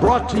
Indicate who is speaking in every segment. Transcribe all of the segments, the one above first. Speaker 1: brought to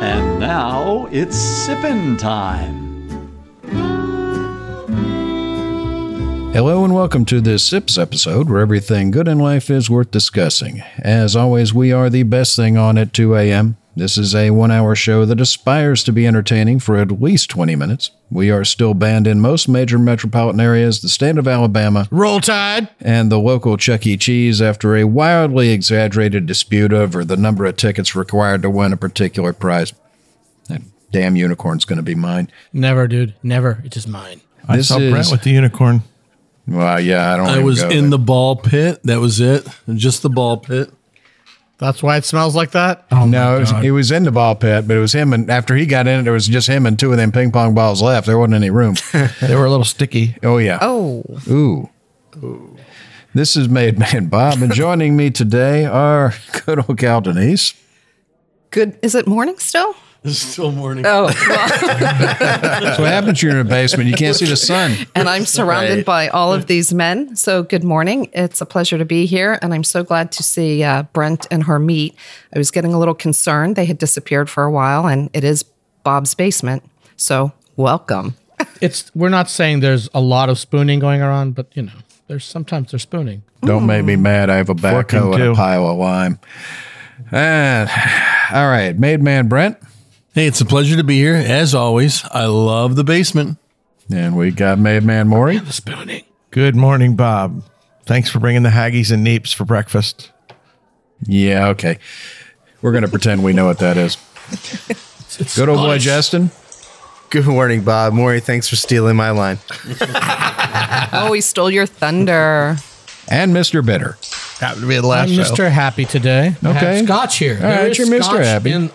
Speaker 1: And now it's sippin' time.
Speaker 2: Hello and welcome to this SIPS episode where everything good in life is worth discussing. As always, we are the best thing on at 2 a.m. This is a one hour show that aspires to be entertaining for at least 20 minutes. We are still banned in most major metropolitan areas, the state of Alabama,
Speaker 3: Roll Tide.
Speaker 2: and the local Chuck E. Cheese after a wildly exaggerated dispute over the number of tickets required to win a particular prize. That damn unicorn's going to be mine.
Speaker 3: Never, dude. Never. It's just mine.
Speaker 2: This
Speaker 4: I saw Brent
Speaker 2: is-
Speaker 4: with the unicorn.
Speaker 2: Well, yeah, I don't
Speaker 5: I
Speaker 2: even
Speaker 5: was
Speaker 2: go
Speaker 5: in
Speaker 2: there.
Speaker 5: the ball pit. That was it. Just the ball pit.
Speaker 3: That's why it smells like that.
Speaker 2: No, it was, it was in the ball pit, but it was him. And after he got in it, there was just him and two of them ping pong balls left. There wasn't any room.
Speaker 4: They were a little sticky.
Speaker 2: oh, yeah.
Speaker 3: Oh,
Speaker 2: Ooh. This is Made Man Bob. And joining me today are good old Cal Denise.
Speaker 6: Good. Is it morning still?
Speaker 5: It's still morning.
Speaker 6: Oh,
Speaker 2: That's what happens. You're in a basement. You can't see the sun.
Speaker 6: and I'm surrounded by all of these men. So good morning. It's a pleasure to be here, and I'm so glad to see uh, Brent and her meet. I was getting a little concerned; they had disappeared for a while, and it is Bob's basement. So welcome.
Speaker 3: it's. We're not saying there's a lot of spooning going on, but you know, there's sometimes there's spooning.
Speaker 2: Don't make me mad. I have a
Speaker 4: Forking
Speaker 2: backhoe and a
Speaker 4: too.
Speaker 2: pile of lime. And, all right. Made Man Brent.
Speaker 5: Hey, it's a pleasure to be here. As always, I love the basement.
Speaker 2: And we got Made Man Maury.
Speaker 3: The spooning.
Speaker 4: Good morning, Bob. Thanks for bringing the haggies and neeps for breakfast.
Speaker 2: Yeah, okay. We're going to pretend we know what that is. Good old boy Justin.
Speaker 7: Good morning, Bob. Maury, thanks for stealing my line.
Speaker 6: Oh, he stole your thunder.
Speaker 2: and Mr. Bitter.
Speaker 4: Happened to be the
Speaker 3: I'm
Speaker 4: last show.
Speaker 3: Mr. Happy today. I have
Speaker 2: Okay.
Speaker 3: Scotch here. There
Speaker 2: right,
Speaker 3: is
Speaker 2: you're Mr.
Speaker 3: scotch
Speaker 2: Happy.
Speaker 3: in-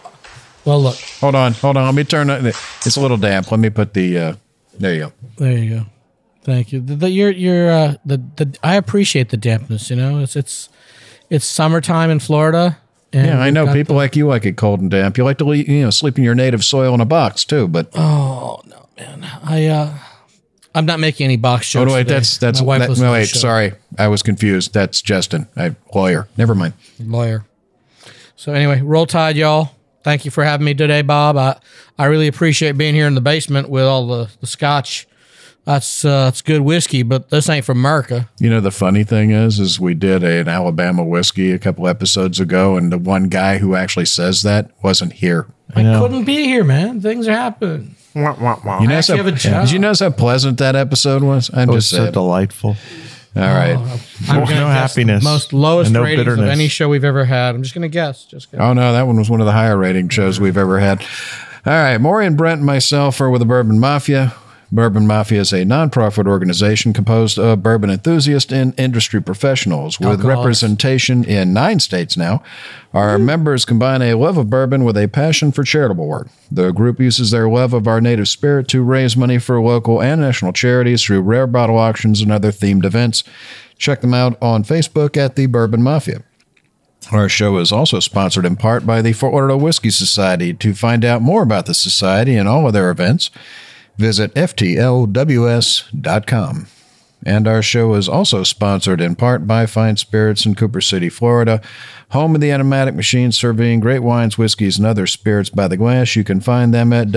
Speaker 3: well, look.
Speaker 2: Hold on, hold on. Let me turn it. It's a little damp. Let me put the. Uh, there you go.
Speaker 3: There you go. Thank you. The, the you're you're uh, the the. I appreciate the dampness. You know, it's it's it's summertime in Florida. And
Speaker 2: Yeah, I
Speaker 3: we've
Speaker 2: know
Speaker 3: got
Speaker 2: people like you like it cold and damp. You like to le- you know sleep in your native soil in a box too. But
Speaker 3: Oh, I uh, I'm not making any box
Speaker 2: oh
Speaker 3: jokes.
Speaker 2: no, wait,
Speaker 3: today.
Speaker 2: that's that's
Speaker 3: My wife
Speaker 2: that,
Speaker 3: listens to
Speaker 2: no,
Speaker 3: the
Speaker 2: wait.
Speaker 3: show.
Speaker 2: Sorry, I was confused. That's Justin, I, lawyer. Never mind.
Speaker 3: lawyer. So anyway, roll tide, y'all. Thank you for having me today, Bob. I, I really appreciate being here in the basement with all the, the scotch. That's uh, that's good whiskey, but this ain't from America.
Speaker 2: You know the funny thing is, is we did an Alabama whiskey a couple episodes ago, and the one guy who actually says that wasn't here.
Speaker 3: I, couldn't be here, man. Things are happening.
Speaker 7: Wah, wah, wah.
Speaker 2: You know,
Speaker 3: actually
Speaker 2: how,
Speaker 3: have a job.
Speaker 2: did you notice how pleasant that episode was? I'm
Speaker 3: Oh,
Speaker 4: It was
Speaker 2: just
Speaker 4: so
Speaker 2: saying. All
Speaker 4: delightful.
Speaker 2: right.
Speaker 3: I'm gonna guess the
Speaker 4: No happiness
Speaker 3: most lowest
Speaker 4: and no
Speaker 3: ratings of
Speaker 4: bitterness.
Speaker 3: any show we've ever had. I'm just gonna guess. Just gonna,
Speaker 2: Oh no, that one was one of the higher rating shows we've ever had. All right, Maury and Brent and myself are with the Bourbon Mafia. Bourbon Mafia is a nonprofit organization composed of bourbon enthusiasts and industry professionals with
Speaker 3: Alcoholics.
Speaker 2: representation in nine states now. Our members combine a love of bourbon with a passion for charitable work. The group uses their love of our native spirit to raise money for local and national charities through rare bottle auctions and other themed events. Check them out on Facebook at the Bourbon Mafia. Our show is also sponsored in part by the Fort Lauderdale Whiskey Society. To find out more about the society and all of their events, visit ftlws.com. And our show is also sponsored in part by Fine Spirits in Cooper City, Florida, home of the Automatic Machine, serving great wines, whiskeys, and other spirits by the glass. You can find them at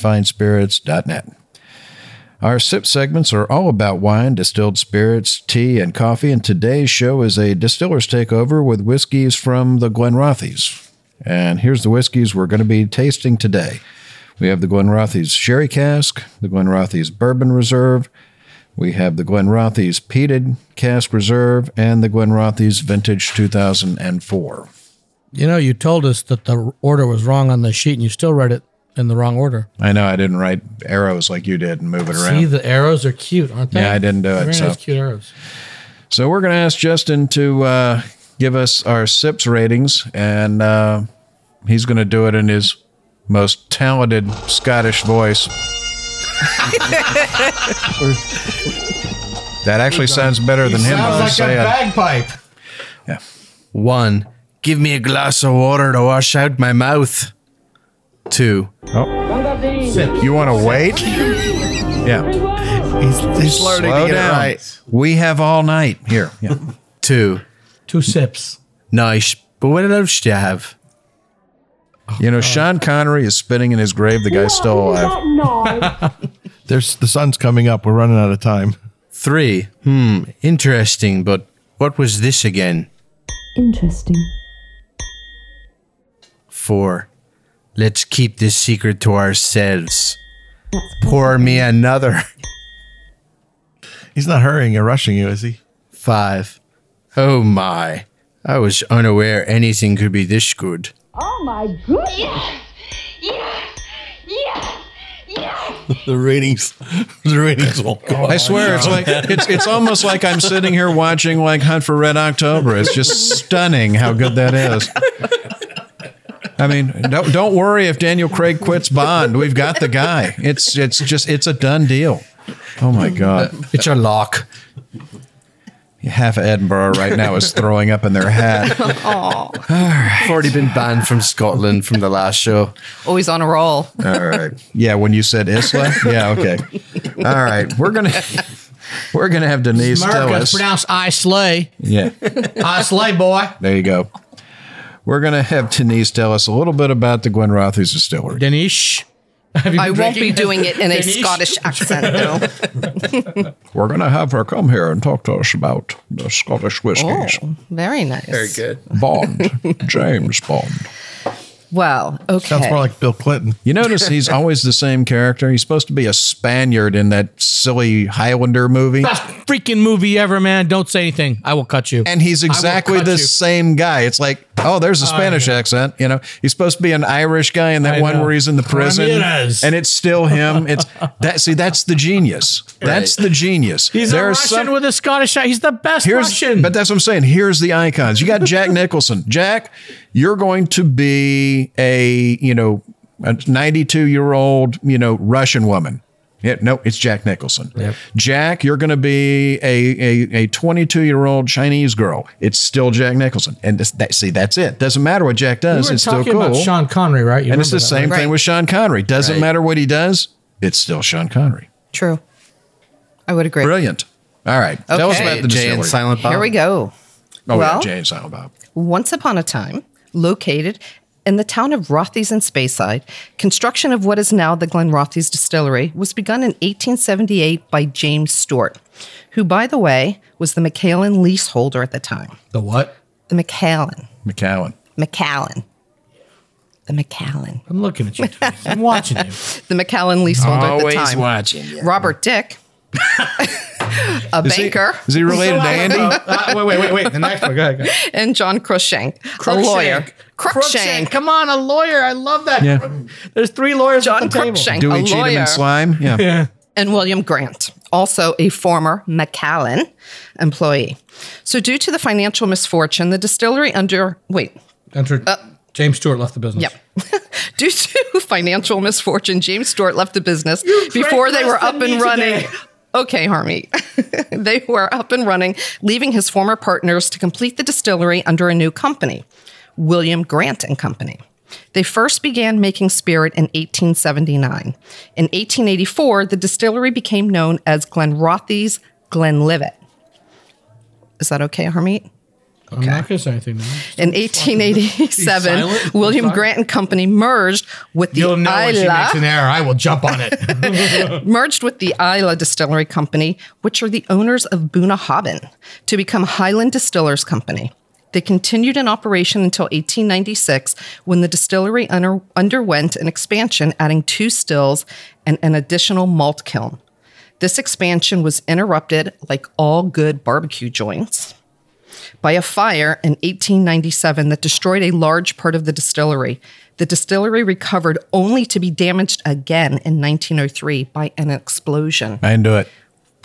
Speaker 2: www.finespirits.net. Our sip segments are all about wine, distilled spirits, tea, and coffee, and today's show is a distiller's takeover with whiskeys from the Glenrothes. And here's the whiskeys we're going to be tasting today. We have the Glenrothes Sherry Cask, the Glenrothes Bourbon Reserve, we have the Glenrothes Peated Cask Reserve, and the Glenrothes Vintage 2004.
Speaker 3: you know, you told us that the order was wrong on the sheet, and you still read it in the wrong order.
Speaker 2: I know I didn't write arrows like you did and move it around.
Speaker 3: See, the arrows are cute, aren't they?
Speaker 2: Yeah, I didn't do it,
Speaker 3: Very
Speaker 2: so-
Speaker 3: nice, cute arrows.
Speaker 2: So we're going to ask Justin to uh, give us our sips ratings, and uh, he's going to do it in his most talented Scottish voice. that actually sounds better than him. when I say it.
Speaker 7: bagpipe.
Speaker 2: Yeah.
Speaker 7: One, give me a glass of water to wash out my mouth. Two,
Speaker 2: You want to wait? Yeah.
Speaker 7: he's, he's learning
Speaker 2: Slow
Speaker 7: to get it
Speaker 2: down.
Speaker 7: right.
Speaker 2: We have all night here. Yeah.
Speaker 7: Two,
Speaker 3: Two sips.
Speaker 7: nice. But what else do you have?
Speaker 2: You know, Sean Connery is spinning in his grave. The guy's still alive.
Speaker 4: There's the sun's coming up. We're running out of time.
Speaker 7: Three, hmm, interesting, but what was this again?
Speaker 8: Interesting.
Speaker 7: Four, let's keep this secret to ourselves. Pour me another.
Speaker 4: He's not hurrying or rushing you, is he?
Speaker 7: Five. Oh my. I was unaware anything could be this good.
Speaker 9: Oh my goodness! Yes! Yes! Yes!
Speaker 5: The ratings, the ratings will go.
Speaker 2: I swear, it's like it's it's almost like I'm sitting here watching like Hunt for Red October. It's just stunning how good that is. I mean, don't don't worry if Daniel Craig quits Bond. We've got the guy. It's it's just it's a done deal. Oh my god.
Speaker 7: It's a lock.
Speaker 2: Half of Edinburgh right now is throwing up in their hat.
Speaker 7: I've already been banned from Scotland from the last show.
Speaker 6: Always Oh, on a roll.
Speaker 2: All right. Yeah, when you said Isla. Yeah, okay. All right. We're gonna we're gonna have Denise tell
Speaker 3: America, it's
Speaker 2: us.
Speaker 3: pronounced I slay.
Speaker 2: Yeah.
Speaker 3: I slay, boy.
Speaker 2: There you go. We're going to have Denise tell us a little bit about the Gwen Rothy's distillery.
Speaker 3: Danish. Have you
Speaker 6: I
Speaker 3: been
Speaker 6: won't be
Speaker 3: drinking?
Speaker 6: doing it in a
Speaker 3: Danish?
Speaker 6: Scottish accent, though.
Speaker 2: We're going to have her come here and talk to us about the Scottish whiskies.
Speaker 6: Oh, very nice. Very
Speaker 5: good.
Speaker 2: Bond, James Bond.
Speaker 6: Well, okay.
Speaker 4: Sounds more like Bill Clinton.
Speaker 2: You notice he's always the same character. He's supposed to be a Spaniard in that silly Highlander movie.
Speaker 3: Best freaking movie ever, man. Don't say anything. I will cut you.
Speaker 2: And he's
Speaker 3: I will
Speaker 2: exactly
Speaker 3: cut
Speaker 2: the
Speaker 3: you.
Speaker 2: same guy. It's like, oh, there's a Spanish accent. You know, he's supposed to be an Irish guy in that
Speaker 3: I
Speaker 2: one
Speaker 3: know.
Speaker 2: where he's in the prison,
Speaker 5: Ramirez.
Speaker 2: and it's still him. It's that. See, that's the genius. That's the genius.
Speaker 3: He's a
Speaker 2: There are
Speaker 3: Russian
Speaker 2: some-
Speaker 3: with a Scottish accent. He's the best
Speaker 2: Here's,
Speaker 3: Russian.
Speaker 2: but that's what I'm saying. Here's the icons. You got Jack Nicholson. Jack, you're going to be a you know a 92 year old you know Russian woman. Yeah, no, it's Jack Nicholson. Jack, you're going to be a a a 22 year old Chinese girl. It's still Jack Nicholson. And this, that, see, that's it. Doesn't matter what Jack
Speaker 3: we
Speaker 2: does.
Speaker 3: were
Speaker 2: it's still
Speaker 3: talking
Speaker 2: cool.
Speaker 3: about Sean Connery, right? You
Speaker 2: and it's
Speaker 3: remember
Speaker 2: the
Speaker 3: that,
Speaker 2: same
Speaker 3: right?
Speaker 2: thing with Sean Connery. Doesn't matter what he does. It's still Sean Connery.
Speaker 6: True. I would agree.
Speaker 2: Brilliant. All right. Tell us
Speaker 6: Okay.
Speaker 2: about the
Speaker 7: Jay
Speaker 2: distillery.
Speaker 7: and Silent Bob.
Speaker 6: Here we go.
Speaker 2: Oh, yeah,
Speaker 6: Well-
Speaker 2: Jay and Silent Bob.
Speaker 6: Once upon a time, located in the town of Rothy's in Speyside, construction of what is now the Glen Rothy's Distillery was begun in 1878 by James Stewart, who, by the way, was the McAllen leaseholder at the time.
Speaker 3: The what?
Speaker 6: The McAllen.
Speaker 2: McCowan.
Speaker 6: McAllen. The McAllen.
Speaker 3: I'm looking at you. Tony. I'm watching you.
Speaker 6: The McAllen leaseholder
Speaker 5: Always
Speaker 6: at the time.
Speaker 5: watching
Speaker 6: Robert Dick, a
Speaker 2: Is he-
Speaker 6: banker,
Speaker 2: Is he related to Andy?
Speaker 3: Oh, uh, wait, wait, wait, wait. The next one. Go ahead.
Speaker 6: and John Cruikshank, a lawyer. Cruikshank.
Speaker 3: Come on, a lawyer. I love that.
Speaker 2: Yeah.
Speaker 3: There's three lawyers
Speaker 6: John
Speaker 3: at the table.
Speaker 6: Cruikshank,
Speaker 2: Dewey
Speaker 6: a
Speaker 2: Cheatham
Speaker 6: lawyer.
Speaker 2: and Slime? Yeah.
Speaker 6: and William Grant, also a former McAllen employee. So, due to the financial misfortune, the distillery under wait,
Speaker 3: Entered- James Stewart left the business.
Speaker 6: Uh, yep. due to financial misfortune, James Stewart left the business before they were
Speaker 3: pressed
Speaker 6: up
Speaker 3: me
Speaker 6: and running.
Speaker 3: today.
Speaker 6: Okay, Harmy. they were up and running, leaving his former partners to complete the distillery under a new company, William Grant and Company. They first began making spirit in 1879. In 1884, the distillery became known as Glenrothy's Glenlivet. Is that okay, Harmeet?
Speaker 3: I'm not going to say anything. Now.
Speaker 6: In 1887,
Speaker 3: silent?
Speaker 6: William
Speaker 3: Sorry.
Speaker 6: Grant and Company merged with the
Speaker 3: You'll know when she makes an
Speaker 6: Isla
Speaker 3: error. I will jump on it.
Speaker 6: merged with the Isla Distillery Company, which are the owners of Boonahabin, to become Highland Distillers Company. They continued in operation until 1896 when the distillery under, underwent an expansion, adding two stills and an additional malt kiln. This expansion was interrupted, like all good barbecue joints, by a fire in 1897 that destroyed a large part of the distillery. The distillery recovered only to be damaged again in 1903 by an explosion.
Speaker 2: I didn't do it.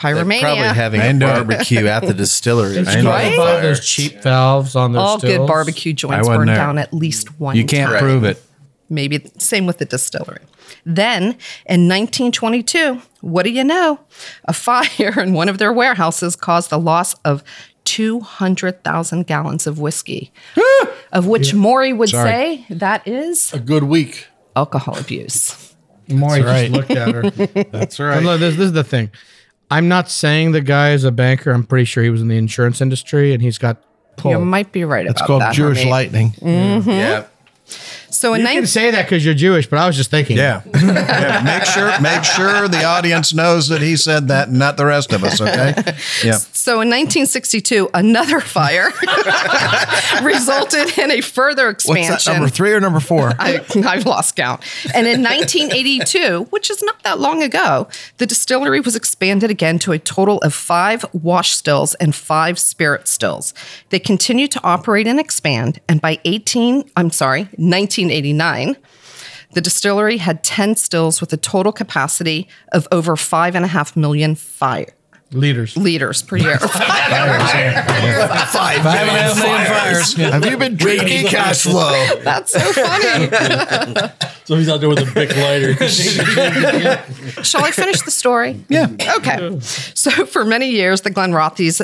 Speaker 7: They're
Speaker 6: Pyromania.
Speaker 7: probably having a
Speaker 2: And, uh,
Speaker 7: barbecue at the distillery.
Speaker 3: Did you
Speaker 6: Right?
Speaker 3: probably buy those cheap valves on their
Speaker 6: All good
Speaker 3: stills?
Speaker 6: barbecue joints
Speaker 2: wasn't
Speaker 6: burn
Speaker 2: there.
Speaker 6: down at least one.
Speaker 2: You can't
Speaker 6: time.
Speaker 2: prove it.
Speaker 6: Maybe th- same with the distillery. Then in 1922, what do you know? A fire in one of their warehouses caused the loss of 200,000 gallons of whiskey, of which Maury would say that is
Speaker 5: A good week.
Speaker 6: alcohol abuse.
Speaker 3: Maury just looked at her.
Speaker 5: That's
Speaker 3: And
Speaker 5: right.
Speaker 3: look, this, this is the thing. I'm not saying the guy is a banker. I'm pretty sure he was in the insurance industry and he's got
Speaker 6: You
Speaker 3: pulled.
Speaker 6: might be right
Speaker 4: It's
Speaker 6: about
Speaker 4: called
Speaker 6: that.
Speaker 4: Jewish
Speaker 6: Hermie.
Speaker 4: lightning.
Speaker 7: Yeah.
Speaker 6: So in
Speaker 3: You
Speaker 6: 19-
Speaker 3: can say that because you're Jewish, but I was just thinking.
Speaker 2: Yeah. Yeah, Make sure make sure the audience knows that he said that and not the rest of us, okay? Yeah.
Speaker 6: So in 1962, another fire resulted in a further expansion.
Speaker 4: What's that, number three or number four?
Speaker 6: I, I've lost count. And in 1982, which is not that long ago, the distillery was expanded again to a total of five wash stills and five spirit stills. They continued to operate and expand, and by 18, I'm sorry, 1989, the distillery had 10 stills with a total capacity of over five and a half million fire
Speaker 3: Leaders.
Speaker 6: liters per year.
Speaker 7: Five, Five and a half million fires. Have you been drinking cash flow?
Speaker 6: That's so funny.
Speaker 5: So he's out there with a big lighter.
Speaker 6: Shall I finish the story? Yeah. Okay. So for many years, the Glenrothes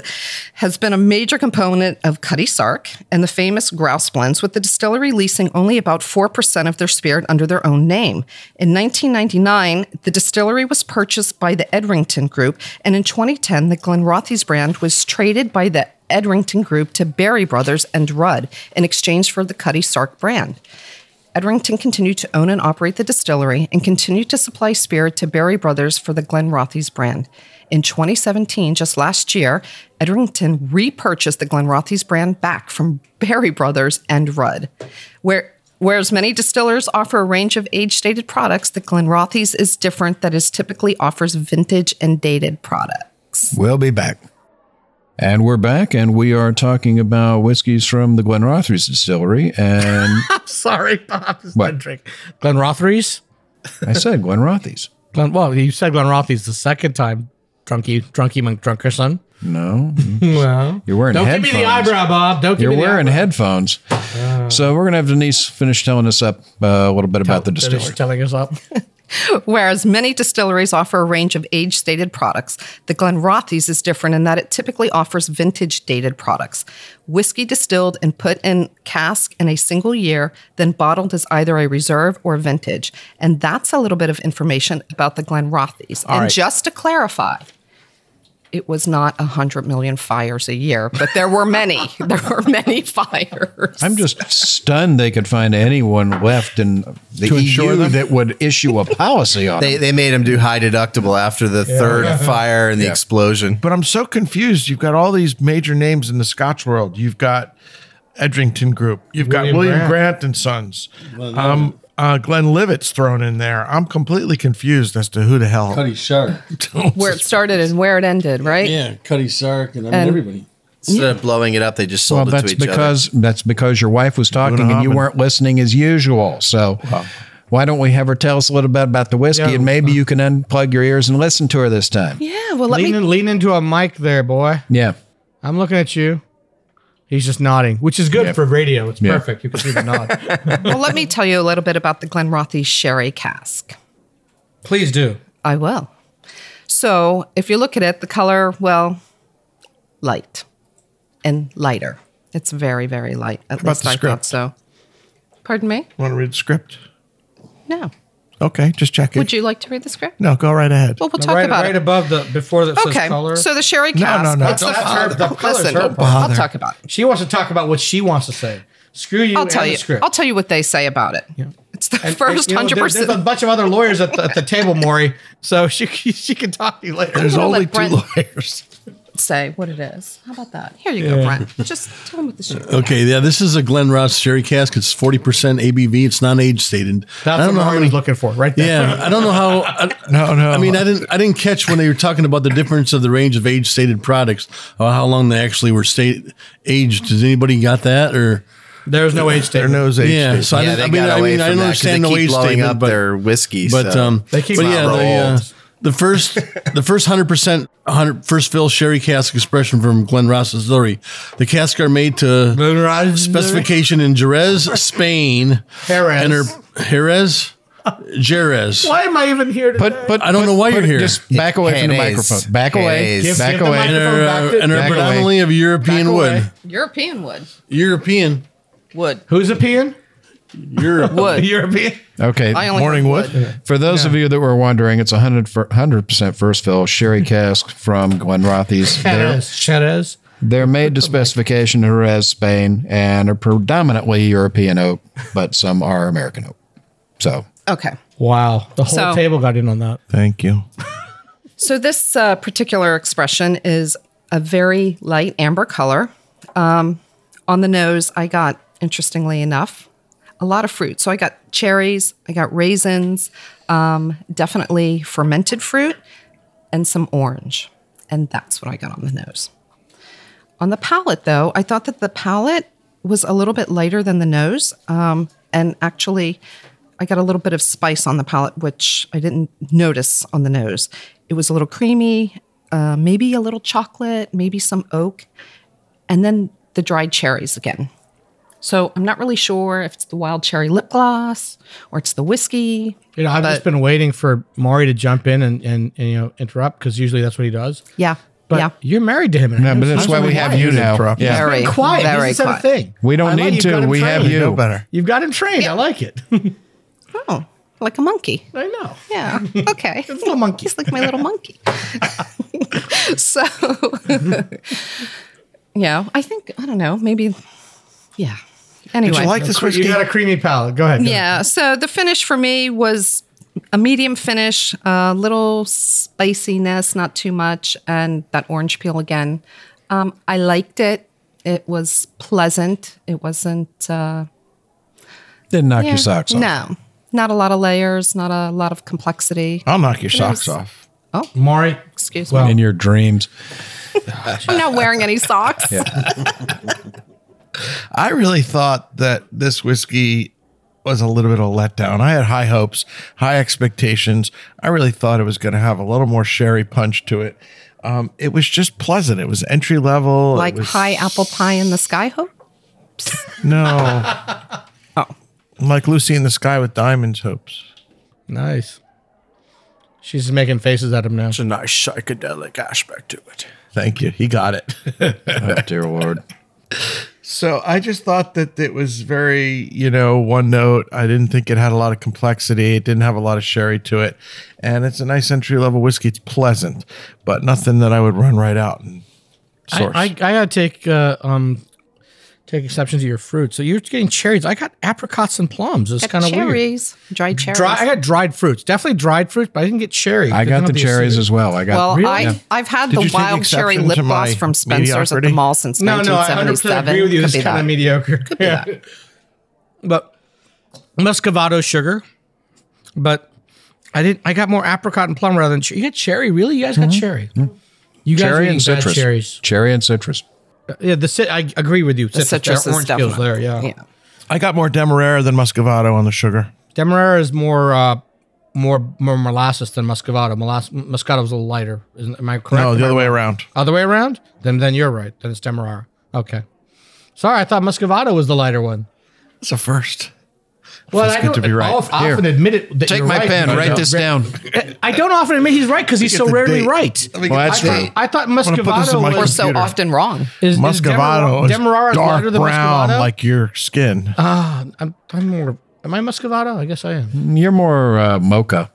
Speaker 6: has been a major component of Cutty Sark and the famous grouse blends, with the distillery leasing only about 4% of their spirit under their own name. In 1999, the distillery was purchased by the Edrington Group, and in 2010, the Glenrothes brand was traded by the Edrington Group to Berry Brothers and Rudd in exchange for the Cutty Sark brand. Edrington continued to own and operate the distillery and continued to supply spirit to Berry Brothers for the Glenrothes brand. In 2017, just last year, Edrington repurchased the Glenrothes brand back from Berry Brothers and Rudd. Where, whereas many distillers offer a range of age-stated products, the Glenrothes is different that is typically offers vintage and dated products.
Speaker 4: We'll be back.
Speaker 2: And we're back and we are talking about whiskeys from the Glenrothes distillery and
Speaker 3: Sorry, Bob. It's
Speaker 2: What?
Speaker 3: not drink. Glenn Rothery's?
Speaker 2: I said Glenrothes.
Speaker 3: Glenn, well, you said Glenn Rothery's the second time. Drunky, drunky monk, drunker son.
Speaker 2: No.
Speaker 3: Well,
Speaker 2: You're wearing
Speaker 3: don't
Speaker 2: headphones.
Speaker 3: give me the eyebrow, Bob. Don't give
Speaker 2: You're
Speaker 3: me the
Speaker 2: wearing
Speaker 3: eyebrow. Ah.
Speaker 2: headphones. so we're going to have Denise finish telling us up uh, a little bit about the
Speaker 3: Finish
Speaker 2: distillery.
Speaker 3: telling us up.
Speaker 6: Whereas many distilleries offer a range of age stated products, the Glenrothes is different in that it typically offers vintage dated products. Whiskey distilled and put in cask in a single year, then bottled as either a reserve or vintage. And that's a little bit of information about the Glenrothes. and just to clarify, it was not 100 million fires a year, but there were many. there were many fires.
Speaker 2: I'm just stunned they could find anyone left in the EU that would issue a policy on
Speaker 7: They,
Speaker 2: it.
Speaker 7: they made him do high deductible after the third fire and the explosion.
Speaker 4: But I'm so confused. You've got all these major names in the Scotch world. You've got Edrington Group. You've got
Speaker 3: William
Speaker 4: William
Speaker 3: Grant.
Speaker 4: Grant, and Sons. Um, uh, Glenn Livet's thrown in there. I'm completely confused as to who the hell.
Speaker 5: Cuddy Shark.
Speaker 6: Where it started and where it ended, right?
Speaker 5: Yeah, Cuddy Shark and I mean
Speaker 6: And-
Speaker 5: everybody.
Speaker 7: Instead of blowing it up, they just
Speaker 2: Well,
Speaker 7: sold it
Speaker 2: that's
Speaker 7: to each other.
Speaker 2: because that's because your wife was talking and you
Speaker 4: happened.
Speaker 2: weren't listening as usual. So why don't we have her tell us a little bit about the whiskey and maybe you can unplug your ears and listen to her this time? Yeah.
Speaker 6: Yeah, well, let
Speaker 3: lean,
Speaker 6: me
Speaker 3: lean into a mic there, boy. I'm looking at you. He's just nodding, which is good for radio. It's
Speaker 2: Yeah.
Speaker 3: perfect. You can see the nod.
Speaker 6: well, let me tell you a little bit about the Glenrothes sherry cask.
Speaker 3: Please do.
Speaker 6: I will. So, if you look at it, the color, well, light and lighter. It's very, very light. At least
Speaker 4: the
Speaker 6: I
Speaker 4: script?
Speaker 6: thought so. Pardon me?
Speaker 4: Want to read the script?
Speaker 6: No.
Speaker 4: Okay, just check it.
Speaker 6: Would you Oh. like to read the script?
Speaker 4: no, go right ahead.
Speaker 6: Well, we'll
Speaker 3: No,
Speaker 6: talk
Speaker 3: right
Speaker 6: about
Speaker 3: right
Speaker 6: it.
Speaker 3: above the before that says
Speaker 6: okay.
Speaker 3: color.
Speaker 6: So the sherry cask.
Speaker 4: no, no.
Speaker 6: That's the
Speaker 4: Don't
Speaker 6: color.
Speaker 3: the color's
Speaker 6: Listen,
Speaker 3: her
Speaker 6: I'll talk about it.
Speaker 3: she wants to talk about what she wants to say. Screw you.
Speaker 6: I'll tell
Speaker 3: and
Speaker 6: you.
Speaker 3: The script.
Speaker 6: I'll tell you what they say about it. It's the
Speaker 3: And-
Speaker 6: first
Speaker 3: and, you know,
Speaker 6: hundred
Speaker 3: there-
Speaker 6: percent.
Speaker 3: There's a bunch of other lawyers at the, at the table, Maury. So she she can talk to you later.
Speaker 4: There's
Speaker 6: I'll
Speaker 4: only
Speaker 6: let
Speaker 4: two lawyers.
Speaker 6: say what it is. How about that? Here you go, Brent. Just tell them what the sherry.
Speaker 5: Okay, yeah, this is a Glen Ross Sherry Cask. It's 40% ABV. It's non age stated.
Speaker 3: That's what Maury was looking for, right there.
Speaker 5: Yeah, I don't know how. I,
Speaker 4: No, no.
Speaker 5: I mean, I didn't. I didn't catch when they were talking about the difference of the range of age-stated products, or how long they actually were state aged. Does anybody got that? Or
Speaker 3: There's no age
Speaker 4: their
Speaker 3: statement.
Speaker 4: nose age.
Speaker 5: yeah,
Speaker 4: statement.
Speaker 5: so I
Speaker 7: yeah,
Speaker 5: didn't.
Speaker 7: they
Speaker 5: I mean,
Speaker 7: got
Speaker 5: I
Speaker 7: away
Speaker 5: mean, I
Speaker 7: from
Speaker 5: didn't
Speaker 7: that because
Speaker 5: understand
Speaker 7: they
Speaker 5: no
Speaker 7: keep
Speaker 5: age
Speaker 7: blowing
Speaker 5: statement,
Speaker 7: up
Speaker 5: but
Speaker 7: their whiskey.
Speaker 5: but
Speaker 7: so
Speaker 5: um,
Speaker 3: They keep
Speaker 5: but
Speaker 3: blowing
Speaker 5: yeah,
Speaker 3: up
Speaker 5: they, uh,
Speaker 7: rolls.
Speaker 5: The first, the first hundred percent, hundred first fill sherry cask expression from Glen Ross, Missouri. The casks are made to specification in Jerez, Spain,
Speaker 4: Jerez.
Speaker 5: and are Jerez, Jerez.
Speaker 4: Why am I even here today?
Speaker 2: Put, put,
Speaker 5: I don't
Speaker 2: put-
Speaker 5: know why you're
Speaker 2: put-
Speaker 5: here.
Speaker 2: Just back away from the
Speaker 7: Haynes.
Speaker 2: microphone. Back away.
Speaker 7: Haynes. Give-
Speaker 2: back
Speaker 4: give the
Speaker 5: And
Speaker 2: away.
Speaker 4: microphone.
Speaker 5: are,
Speaker 4: Back
Speaker 5: uh,
Speaker 4: to-
Speaker 5: and are
Speaker 2: Back away.
Speaker 5: predominantly of European
Speaker 4: away.
Speaker 5: wood.
Speaker 6: European wood.
Speaker 5: European.
Speaker 6: Wood.
Speaker 4: Who's a peon?
Speaker 5: Europe.
Speaker 6: Wood.
Speaker 4: European.
Speaker 2: Okay.
Speaker 6: I only
Speaker 4: Morning
Speaker 6: heard
Speaker 4: wood.
Speaker 2: For those of you that were wondering, it's 100 percent first fill sherry cask from Glenrothes. They're,
Speaker 3: Chavez.
Speaker 2: they're made to specification in Jerez, Spain, and are predominantly European oak, but some are American oak. So
Speaker 6: Okay.
Speaker 3: Wow. The whole
Speaker 6: So-
Speaker 3: table got in on that.
Speaker 4: Thank you.
Speaker 6: So this uh, particular expression is a very light amber color. Um, on the nose, I got, interestingly enough, a lot of fruit. So I got cherries, I got raisins, um, definitely fermented fruit, and some orange. And that's what I got on the nose. On the palate, though, I thought that the palate was a little bit lighter than the nose. Um, and actually, I got a little bit of spice on the palate, which I didn't notice on the nose. It was a little creamy, uh, maybe a little chocolate, maybe some oak, and then the dried cherries again. So I'm not really sure if it's the wild cherry lip gloss or it's the whiskey.
Speaker 3: You know, I've just been waiting for Maury to jump in and, and, and you know interrupt because usually that's what he does.
Speaker 6: Yeah.
Speaker 3: But
Speaker 6: yeah.
Speaker 3: you're married to him. and
Speaker 2: no, but
Speaker 3: I'm
Speaker 2: that's
Speaker 3: just
Speaker 2: why we
Speaker 3: wondering
Speaker 2: have you now. Yeah.
Speaker 6: Very
Speaker 3: Quiet. Very
Speaker 6: Very quiet.
Speaker 3: thing.
Speaker 2: We don't
Speaker 3: I like
Speaker 2: need
Speaker 3: you've
Speaker 2: to.
Speaker 3: got him
Speaker 2: We have
Speaker 3: trained.
Speaker 2: you.
Speaker 4: Know better.
Speaker 3: You've got him trained. I like it.
Speaker 6: Oh, like a monkey.
Speaker 3: I know.
Speaker 6: Yeah. Okay.
Speaker 3: little monkey.
Speaker 6: He's like my little monkey. so, yeah, I think, I don't know, maybe, yeah. Anyway.
Speaker 4: Did you like this
Speaker 3: You
Speaker 4: whiskey?
Speaker 3: got a creamy palate. Go ahead.
Speaker 6: yeah. So the finish for me was a medium finish, a little spiciness, not too much, and that orange peel again. Um, I liked it. It was pleasant. It wasn't. Uh,
Speaker 2: Didn't knock
Speaker 6: yeah,
Speaker 2: your socks off.
Speaker 6: No, not a lot of layers, not a lot of complexity.
Speaker 4: I'll knock your socks
Speaker 6: was-
Speaker 4: off.
Speaker 3: Maury.
Speaker 6: Excuse
Speaker 3: Well,
Speaker 6: me.
Speaker 2: In your dreams.
Speaker 6: I'm not wearing any socks.
Speaker 4: I really thought that this whiskey was a little bit of a letdown. I had high hopes, high expectations. I really thought it was going to have a little more sherry punch to it. Um, it was just pleasant. It was entry level. It
Speaker 6: like
Speaker 4: was-
Speaker 6: high apple pie in the sky hope.
Speaker 4: No. oh. Like Lucy in the Sky with Diamonds hopes.
Speaker 3: nice. She's making faces at him now.
Speaker 7: a nice psychedelic aspect to it.
Speaker 4: Thank you. He got it.
Speaker 2: Oh, dear Lord.
Speaker 4: So I just thought that it was very, you know, one note. I didn't think it had a lot of complexity. It didn't have a lot of sherry to it. And it's a nice entry level whiskey. It's pleasant, but nothing that I would run right out and source.
Speaker 3: I, I, I gotta take uh, um take exception to your fruit. So you're getting cherries. I got apricots and plums. It's kind of weird.
Speaker 6: cherries, dried cherries.
Speaker 3: Dry, I got dried fruits. Definitely dried fruits, but I didn't get cherry.
Speaker 2: I
Speaker 3: They're
Speaker 2: got
Speaker 3: gonna
Speaker 2: the
Speaker 3: be
Speaker 2: cherries
Speaker 3: acidic.
Speaker 2: as well. I got
Speaker 6: well, I
Speaker 2: Yeah.
Speaker 6: I've had
Speaker 4: Did
Speaker 6: the
Speaker 4: you take
Speaker 6: wild cherry
Speaker 4: exception
Speaker 6: lip
Speaker 4: to my
Speaker 6: gloss from Spencer's at
Speaker 4: mediocrity?
Speaker 6: the mall since
Speaker 3: No, no, I 100%
Speaker 6: 1977.
Speaker 3: agree with you.
Speaker 6: Could
Speaker 3: It's
Speaker 6: be
Speaker 3: kind of
Speaker 6: that.
Speaker 3: mediocre. yeah. But muscovado sugar, but I didn't. I got more apricot and plum rather than cherry. You got cherry, really? You guys got cherry? You guys
Speaker 2: Mm-hmm. cherry
Speaker 3: are
Speaker 2: and
Speaker 3: eating bad
Speaker 2: citrus.
Speaker 3: Cherries. Uh,
Speaker 2: Cherry and citrus.
Speaker 3: Yeah, the cit. I agree with you.
Speaker 6: The citrus
Speaker 3: there are orange
Speaker 6: is
Speaker 3: peels there.
Speaker 6: definitely
Speaker 3: Yeah.
Speaker 6: yeah.
Speaker 4: I got more Demerara than Muscovado on the sugar.
Speaker 3: Demerara is more uh, more more molasses than Muscovado. Molas- Muscato's a little lighter. Isn't, am I correct?
Speaker 4: No, the other
Speaker 3: Am I-
Speaker 4: way around.
Speaker 3: Other way around? Then then you're right. Then it's Demerara. Okay. Sorry, I thought Muscovado was the lighter one.
Speaker 4: It's a first.
Speaker 3: Well,
Speaker 4: Feels
Speaker 3: I
Speaker 4: good
Speaker 3: don't
Speaker 4: to be right.
Speaker 3: I'll
Speaker 2: Here.
Speaker 3: often admit it. That
Speaker 2: Take
Speaker 3: you're
Speaker 2: my
Speaker 3: right.
Speaker 2: pen.
Speaker 3: I
Speaker 2: Write
Speaker 3: don't-
Speaker 2: this down.
Speaker 3: I don't often admit he's right because he's so
Speaker 4: the
Speaker 3: rarely
Speaker 4: date.
Speaker 3: right.
Speaker 4: Let me
Speaker 2: Well,
Speaker 4: get
Speaker 2: that's
Speaker 4: the
Speaker 2: true.
Speaker 4: date.
Speaker 3: I thought
Speaker 4: gonna put this in my
Speaker 3: Muscovado
Speaker 6: We're
Speaker 3: was
Speaker 6: so
Speaker 4: Computer.
Speaker 6: often wrong.
Speaker 3: is, is
Speaker 4: Muscovado is
Speaker 3: Demerara
Speaker 4: dark
Speaker 3: lighter than
Speaker 4: brown
Speaker 3: Muscovado?
Speaker 4: like your skin.
Speaker 2: Um,
Speaker 3: I'm, I'm more. Am I Muscovado? I guess I
Speaker 4: Hmm.
Speaker 3: am.
Speaker 2: You're more uh, mocha,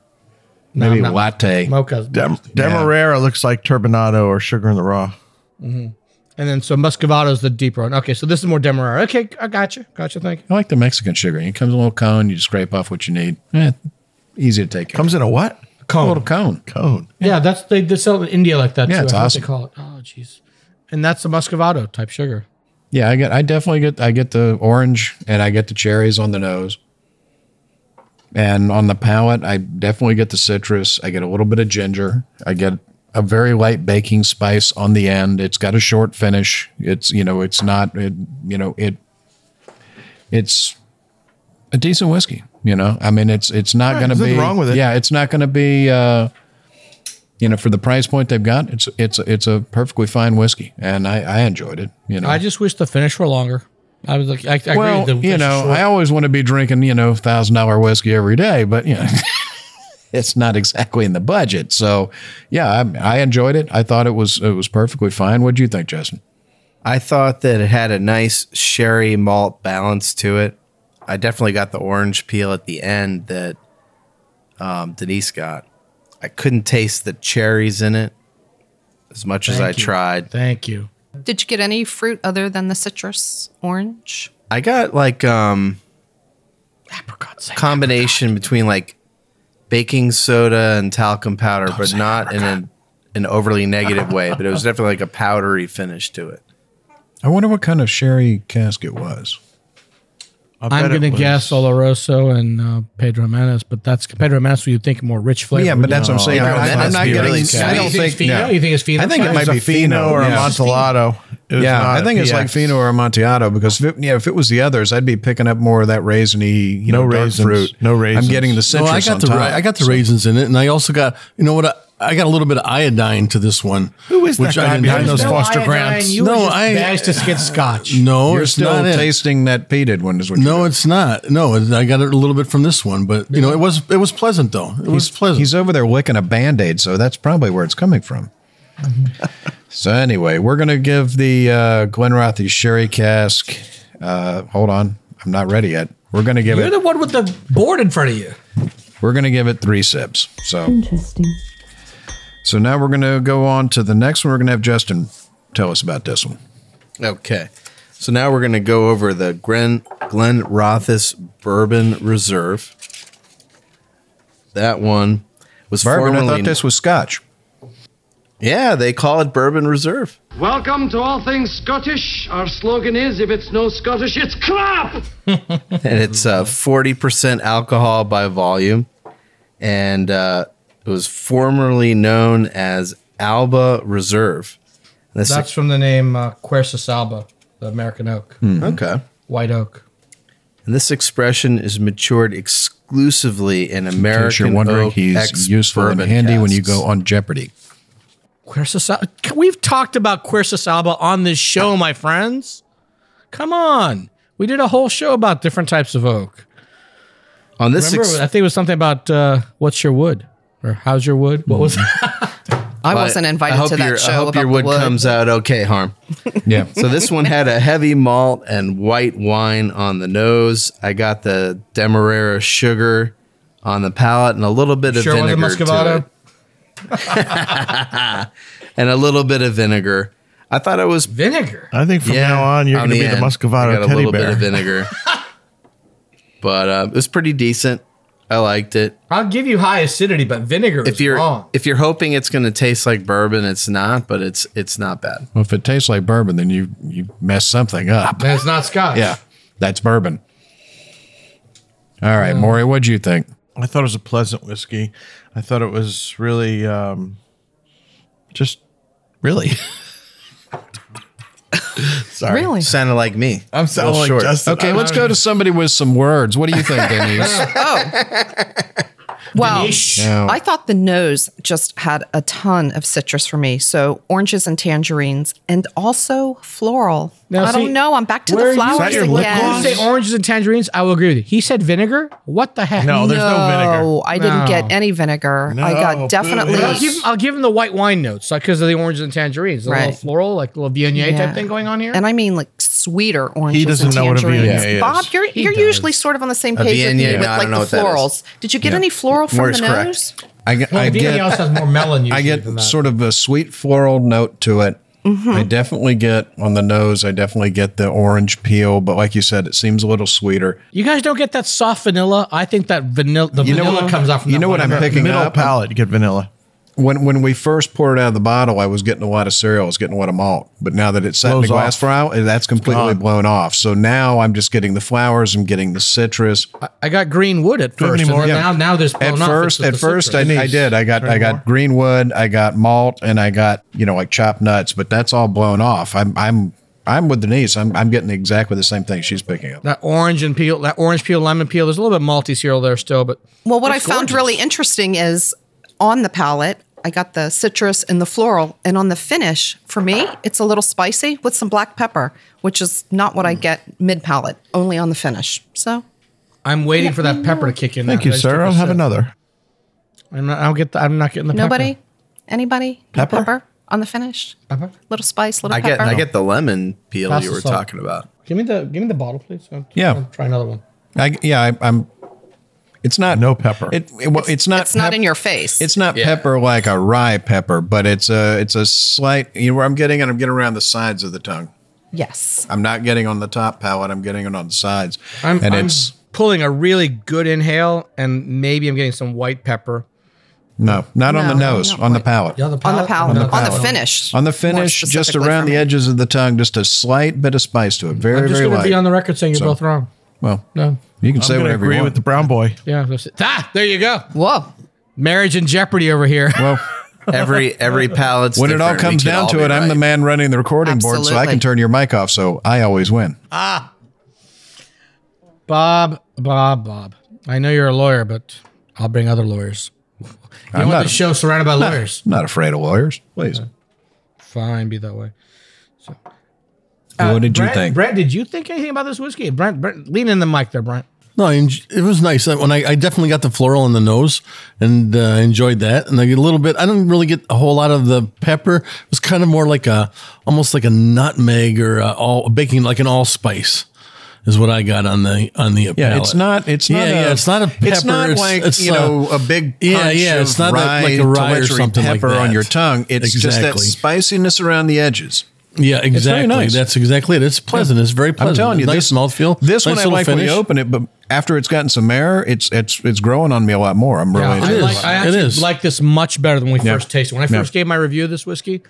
Speaker 3: No,
Speaker 2: maybe
Speaker 3: I'm not.
Speaker 2: latte.
Speaker 3: Mocha.
Speaker 4: Dem- Demerara looks like turbinado or sugar in the raw.
Speaker 3: And then so Muscovado is the deeper one. Okay, so this is more Demerara. Okay, I gotcha. Gotcha. Thank you.
Speaker 2: I like the Mexican sugar. It comes in a little cone. You just scrape off what you need. Eh, easy to take. care of.
Speaker 4: Comes in a what?
Speaker 2: a little cone.
Speaker 4: Cone.
Speaker 3: Yeah, that's they, they sell it in India like that
Speaker 2: Yeah,
Speaker 3: too.
Speaker 2: it's
Speaker 3: I forget
Speaker 2: awesome.
Speaker 3: what they call it. Oh, jeez. And that's a Muscovado type sugar.
Speaker 2: Yeah, I get. I definitely get. I get the orange and I get the cherries on the nose. And on the palate, I definitely get the citrus. I get a little bit of ginger. I get a very light baking spice on the end. It's got a short finish. It's you know, it's not. It you know, it. It's a decent whiskey. You know, I mean, it's it's not
Speaker 4: Right,
Speaker 2: going to
Speaker 4: there's
Speaker 2: be
Speaker 4: nothing wrong with it.
Speaker 2: Yeah, it's not going to be. uh you know, for the price point they've got, it's it's it's a perfectly fine whiskey, and I, I enjoyed it. You know,
Speaker 3: I just wish the finish were longer. I was like, I, I
Speaker 2: well,
Speaker 3: agree. with the-
Speaker 2: you
Speaker 3: it's
Speaker 2: know,
Speaker 3: short.
Speaker 2: I always want to be drinking you know thousand dollar whiskey every day, but you know, it's not exactly in the budget. So, yeah, I, I enjoyed it. I thought it was it was perfectly fine. What do you think, Justin?
Speaker 7: I thought that it had a nice sherry malt balance to it. I definitely got the orange peel at the end that um, Denise got. I couldn't taste the cherries in it as much as I
Speaker 3: Thank you.
Speaker 7: tried.
Speaker 3: Thank you.
Speaker 6: Did you get any fruit other than the citrus orange?
Speaker 7: I got like um combination between like baking soda and talcum powder, but not in an, an overly negative way. But it was definitely like a powdery finish to it.
Speaker 2: I wonder what kind of sherry cask it was.
Speaker 4: I
Speaker 3: I'm
Speaker 4: bet it
Speaker 3: gonna
Speaker 4: was-
Speaker 3: guess Oloroso and uh, Pedro Menes, but that's Pedro Menes. You'd think more rich flavor.
Speaker 2: Yeah, but that's what I'm saying.
Speaker 7: No,
Speaker 2: I,
Speaker 7: that
Speaker 2: am
Speaker 7: must
Speaker 2: not
Speaker 7: be
Speaker 2: getting.
Speaker 7: really
Speaker 2: I don't
Speaker 3: You think it's
Speaker 2: think.
Speaker 3: Fino?
Speaker 2: no.
Speaker 3: You think it's Fino?
Speaker 2: I think it might
Speaker 4: It's
Speaker 2: be
Speaker 4: a Fino or
Speaker 2: yeah.
Speaker 4: a Amontillado. It was
Speaker 2: Yeah,
Speaker 4: not
Speaker 2: I
Speaker 4: a
Speaker 2: think it's like
Speaker 4: PX.
Speaker 2: Fino or Amontillado because if it, yeah, if it was the others, I'd be picking up more of that raisiny, you
Speaker 4: No
Speaker 2: know, dark
Speaker 4: raisins.
Speaker 2: fruit.
Speaker 4: No raisins.
Speaker 2: I'm getting the citrus
Speaker 5: No, I got
Speaker 2: on
Speaker 5: the
Speaker 2: top.
Speaker 5: ra- I got the raisins in it, and I also got you know what I, I got a little bit of iodine to this one.
Speaker 4: Who is that
Speaker 5: which
Speaker 4: guy
Speaker 5: I
Speaker 4: behind
Speaker 5: didn't
Speaker 4: those
Speaker 5: know.
Speaker 4: fo- Foster
Speaker 3: I-
Speaker 4: Grants.
Speaker 3: You
Speaker 5: No,
Speaker 3: no, I
Speaker 5: I-
Speaker 3: bashed to get scotch.
Speaker 5: No,
Speaker 2: You're
Speaker 5: it's
Speaker 2: still
Speaker 5: not it.
Speaker 2: tasting that peated one, is what
Speaker 5: No,
Speaker 2: you're
Speaker 5: it's not. No, it- I got it a little bit from this one, but you know, it was it was pleasant though. It was pleasant.
Speaker 2: He's over there licking a band aid, so that's probably where it's coming from. so anyway, we're gonna give the uh, Glenrothy sherry cask. Uh, hold on, I'm not ready yet. We're gonna give
Speaker 3: You're
Speaker 2: it.
Speaker 3: the one with the board in front of you.
Speaker 2: we're gonna give it three sips. So
Speaker 8: Interesting.
Speaker 2: so now we're gonna go on to the next one. We're gonna have Justin tell us about this one.
Speaker 7: Okay. So now we're going to go over the Glen Glen Rothes Bourbon Reserve. That one was
Speaker 2: Bourbon. I
Speaker 7: formerly
Speaker 2: thought this was Scotch.
Speaker 7: Yeah, they call it Bourbon Reserve.
Speaker 10: Welcome to all things Scottish. Our slogan is if it's no Scottish, it's crap!
Speaker 7: and it's uh,
Speaker 2: Mm-hmm.
Speaker 7: 40% alcohol by volume. And uh, it was formerly known as Alba Reserve. And this-
Speaker 3: That's from the name uh, Quercus alba, the American oak,
Speaker 7: okay.
Speaker 3: white oak.
Speaker 7: And this expression is matured exclusively in
Speaker 2: In
Speaker 7: American
Speaker 2: case you're wondering,
Speaker 7: oak
Speaker 2: he's
Speaker 7: ex
Speaker 2: useful and
Speaker 7: bourbon
Speaker 2: handy when you
Speaker 7: casks.
Speaker 2: go on Jeopardy.
Speaker 3: Quercus alba. We've talked about Quercus alba on this show, my friends. Come on. We did a whole show about different types of oak.
Speaker 7: on this.
Speaker 3: Remember,
Speaker 7: ex-
Speaker 3: I think it was something about uh, what's your wood or how's your wood? What was that?
Speaker 6: I wasn't invited to that
Speaker 7: your,
Speaker 6: show.
Speaker 7: I hope
Speaker 6: about
Speaker 7: your
Speaker 6: the
Speaker 7: wood,
Speaker 6: wood.
Speaker 7: comes out okay, Harm.
Speaker 2: Yeah.
Speaker 7: So this one had a heavy malt and white wine on the nose. I got the Demerara sugar on the palate and a little bit of
Speaker 3: Sure wasn't
Speaker 7: vinegar to
Speaker 3: Muscovado?
Speaker 7: it. and a little bit of vinegar. I thought it was
Speaker 3: Vinegar.
Speaker 4: I think from
Speaker 7: yeah,
Speaker 4: now on, you're
Speaker 7: on
Speaker 4: going to be
Speaker 7: end,
Speaker 4: the
Speaker 7: I
Speaker 4: Muscovado
Speaker 7: got a
Speaker 4: teddy
Speaker 7: little
Speaker 4: bear.
Speaker 7: bit of vinegar, but um, it was pretty decent. I liked it.
Speaker 3: I'll give you high acidity, but vinegar
Speaker 7: If
Speaker 3: is
Speaker 7: you're
Speaker 3: wrong.
Speaker 7: if you're hoping it's going to taste like bourbon, it's not, but it's it's not bad.
Speaker 2: Well, if it tastes like bourbon, then you you mess something up.
Speaker 3: That's not scotch.
Speaker 2: Yeah, that's bourbon. All right, Maury, what'd you think?
Speaker 4: I thought it was a pleasant whiskey. I thought it was really, um, just really.
Speaker 7: Sorry.
Speaker 6: Really?
Speaker 7: Sounded like me.
Speaker 4: I'm sounding
Speaker 7: Real
Speaker 4: like
Speaker 7: short.
Speaker 4: Justin.
Speaker 2: Okay,
Speaker 4: I-
Speaker 2: let's go to somebody with some words. What do you think, Denise?
Speaker 6: Well,
Speaker 2: No.
Speaker 6: I thought the nose just had a ton of citrus for me. So oranges and tangerines, and also floral.
Speaker 3: Now,
Speaker 6: I
Speaker 3: see,
Speaker 6: don't know. I'm back to
Speaker 3: where
Speaker 6: the
Speaker 3: you- Is
Speaker 4: that
Speaker 6: flowers
Speaker 4: your lip gloss?
Speaker 6: again.
Speaker 3: You say oranges and tangerines, I will agree with you. He said vinegar. What the heck?
Speaker 4: No, there's no vinegar.
Speaker 6: No, I didn't
Speaker 3: No.
Speaker 6: get any vinegar. I
Speaker 4: No,
Speaker 6: got definitely.
Speaker 4: boo-hoo.
Speaker 3: I'll give, I'll give him the white wine notes because of the oranges and tangerines. A little
Speaker 6: Right.
Speaker 3: floral, like a little Viognier
Speaker 6: Yeah.
Speaker 3: type thing going on here.
Speaker 6: And I mean like sweeter oranges
Speaker 4: doesn't
Speaker 6: and
Speaker 4: know what a
Speaker 6: tangerines.
Speaker 4: Viognier is.
Speaker 6: Bob, you're, you're usually sort of on the same
Speaker 7: A
Speaker 6: page with
Speaker 7: Viognier,
Speaker 6: me with
Speaker 7: no, I
Speaker 6: like
Speaker 7: don't know
Speaker 6: the
Speaker 7: what that is.
Speaker 6: florals. Did you get any floral from
Speaker 7: Morris
Speaker 6: the
Speaker 7: correct.
Speaker 6: nose?
Speaker 2: I get,
Speaker 3: well,
Speaker 2: I
Speaker 3: Viognier also
Speaker 2: get,
Speaker 3: has more melon
Speaker 2: I
Speaker 3: usually than
Speaker 2: get
Speaker 3: that.
Speaker 2: sort of a sweet floral note to it.
Speaker 6: Mm-hmm.
Speaker 2: I definitely get on the nose. I definitely get the orange peel, but like you said, it seems a little sweeter.
Speaker 3: you guys don't get that soft vanilla. I think that vanilla, the
Speaker 2: You know
Speaker 3: vanilla
Speaker 2: what-
Speaker 3: comes out from
Speaker 2: you
Speaker 3: that
Speaker 2: know what
Speaker 3: wine.
Speaker 2: I'm picking
Speaker 4: middle
Speaker 2: up.
Speaker 4: palate. You get vanilla.
Speaker 2: When when we first poured it out of the bottle, I was getting a lot of cereal, I was getting a lot of malt. But now that it's set in
Speaker 4: Blows
Speaker 2: the glass
Speaker 4: off.
Speaker 2: for out, that's completely
Speaker 4: gone.
Speaker 2: blown off. So now I'm just getting the flowers. I'm getting the citrus.
Speaker 3: I got green wood at
Speaker 4: have
Speaker 3: first.
Speaker 4: any
Speaker 3: and
Speaker 4: more?
Speaker 3: then
Speaker 4: Yeah.
Speaker 3: Now, now there's
Speaker 2: at
Speaker 3: blown up.
Speaker 2: first,
Speaker 3: It's just
Speaker 2: at
Speaker 3: the
Speaker 2: first, I,
Speaker 3: citrus.
Speaker 2: I did. I got, I got greenwood, I got malt, and I got you know like chopped nuts. But that's all blown off. I'm, I'm, I'm with Denise. I'm, I'm getting exactly the same thing she's picking up.
Speaker 3: that orange and peel, that orange peel, lemon peel. There's a little bit malty cereal there still, but
Speaker 6: Well, what I found really interesting is on the palate, I got the citrus and the floral. And on the finish, for me, it's a little spicy with some black pepper, which is not what I
Speaker 7: Mm.
Speaker 6: get mid palate, only on the finish. So
Speaker 3: I'm waiting for that pepper to kick in.
Speaker 4: Thank
Speaker 3: now.
Speaker 4: you,
Speaker 3: I just
Speaker 4: sir.
Speaker 3: took a
Speaker 4: I'll have
Speaker 3: sip.
Speaker 4: another.
Speaker 3: I'm not, I'll get the, I'm not getting the
Speaker 6: nobody,
Speaker 3: pepper.
Speaker 6: anybody,
Speaker 4: Pepper?
Speaker 6: on the finish,
Speaker 3: Nobody.
Speaker 6: little spice, little
Speaker 7: I
Speaker 6: pepper.
Speaker 7: get I get the lemon peel
Speaker 3: Pass
Speaker 7: you
Speaker 3: the
Speaker 7: were
Speaker 3: salt.
Speaker 7: talking about.
Speaker 3: Give me the give me the bottle, please. I'll-
Speaker 2: Yeah.
Speaker 3: I'll try another one.
Speaker 2: I, yeah, I, I'm. It's not
Speaker 4: No pepper.
Speaker 2: It, it- well, it's, not.
Speaker 6: it's not
Speaker 2: pep-
Speaker 6: in your face.
Speaker 2: It's not pepper like a rye pepper, but it's a it's a slight. You know where I'm getting it. I'm getting around the sides of the tongue.
Speaker 6: yes.
Speaker 2: I'm not getting on the top palate. I'm getting it on the sides.
Speaker 3: I'm,
Speaker 2: and
Speaker 3: I'm
Speaker 2: it's
Speaker 3: pulling a really good inhale, and maybe I'm getting some white pepper.
Speaker 2: no, not on the
Speaker 6: No,
Speaker 2: nose,
Speaker 6: not
Speaker 2: on the
Speaker 6: quite.
Speaker 2: palate.
Speaker 6: On the palate, on the,
Speaker 2: palate.
Speaker 6: finish,
Speaker 2: On the
Speaker 6: more
Speaker 2: finish, just
Speaker 6: specifically
Speaker 2: around
Speaker 6: for
Speaker 2: the
Speaker 6: me.
Speaker 2: edges of the tongue, just a slight bit of spice to it. Very,
Speaker 3: I'm just
Speaker 2: very
Speaker 3: going to
Speaker 2: light.
Speaker 3: be on the record saying you're both wrong.
Speaker 2: well,
Speaker 3: No.
Speaker 2: you can
Speaker 4: I'm
Speaker 2: say
Speaker 4: going to
Speaker 2: whatever
Speaker 4: agree
Speaker 2: you
Speaker 4: with
Speaker 2: want.
Speaker 4: the brown boy.
Speaker 3: Yeah. that's it. Ah, there you go.
Speaker 6: Whoa.
Speaker 3: Marriage in jeopardy over here.
Speaker 2: well,
Speaker 7: Every every palate's
Speaker 2: when it all
Speaker 7: different. We
Speaker 2: comes
Speaker 7: could
Speaker 2: down
Speaker 7: all
Speaker 2: to
Speaker 7: be
Speaker 2: it, I'm the
Speaker 7: right.
Speaker 2: man running the recording board, so I can
Speaker 6: Absolutely.
Speaker 2: turn your mic off. So I always win.
Speaker 3: Bob, Bob, Bob. I know you're a lawyer, but I'll bring other lawyers. You
Speaker 2: I'm
Speaker 3: don't want
Speaker 2: not,
Speaker 3: the show surrounded by lawyers.
Speaker 2: I'm not afraid of lawyers. Please.
Speaker 3: Fine, be that way.
Speaker 2: what did you
Speaker 3: Brent,
Speaker 2: think?
Speaker 3: Brent, did you think anything about this whiskey? Brent, Brent lean in the mic there, Brent.
Speaker 5: No, I enj- it was nice. That When I, I definitely got the floral in the nose, and uh, I enjoyed that. And I get a little bit. I didn't really get a whole lot of the pepper. It was kind of more like a, almost like a nutmeg or a all baking like an allspice, is what I got on the on the.
Speaker 2: Yeah,
Speaker 5: palate.
Speaker 2: it's not. It's not.
Speaker 5: Yeah,
Speaker 2: a,
Speaker 5: yeah, it's not a
Speaker 2: It's
Speaker 5: pepper,
Speaker 2: not
Speaker 5: it's-
Speaker 2: like
Speaker 5: it's
Speaker 2: you
Speaker 5: a-
Speaker 2: know a big punch
Speaker 5: Yeah, yeah,
Speaker 2: Of
Speaker 5: it's not that-
Speaker 2: rye,
Speaker 5: like a rye or
Speaker 2: telechery
Speaker 5: something like
Speaker 2: pepper on
Speaker 5: that.
Speaker 2: your tongue. It's just that
Speaker 5: Exactly.
Speaker 2: spiciness around the edges.
Speaker 5: Yeah,
Speaker 2: very
Speaker 5: exactly.
Speaker 2: nice.
Speaker 5: That's exactly it. It's pleasant. It's very
Speaker 2: I'm
Speaker 5: pleasant.
Speaker 2: telling you,
Speaker 5: nice
Speaker 2: this
Speaker 5: mouthfeel.
Speaker 2: This
Speaker 5: nice
Speaker 2: one I
Speaker 5: little
Speaker 2: like when
Speaker 5: finish.
Speaker 2: you open it, but after it's gotten some air, it's it's it's growing on me a lot more. I'm really
Speaker 3: I,
Speaker 5: is.
Speaker 3: like, I
Speaker 5: It
Speaker 3: actually
Speaker 5: is.
Speaker 3: like this much better than we
Speaker 2: Yeah.
Speaker 3: first tasted. When I first gave my review of this whiskey,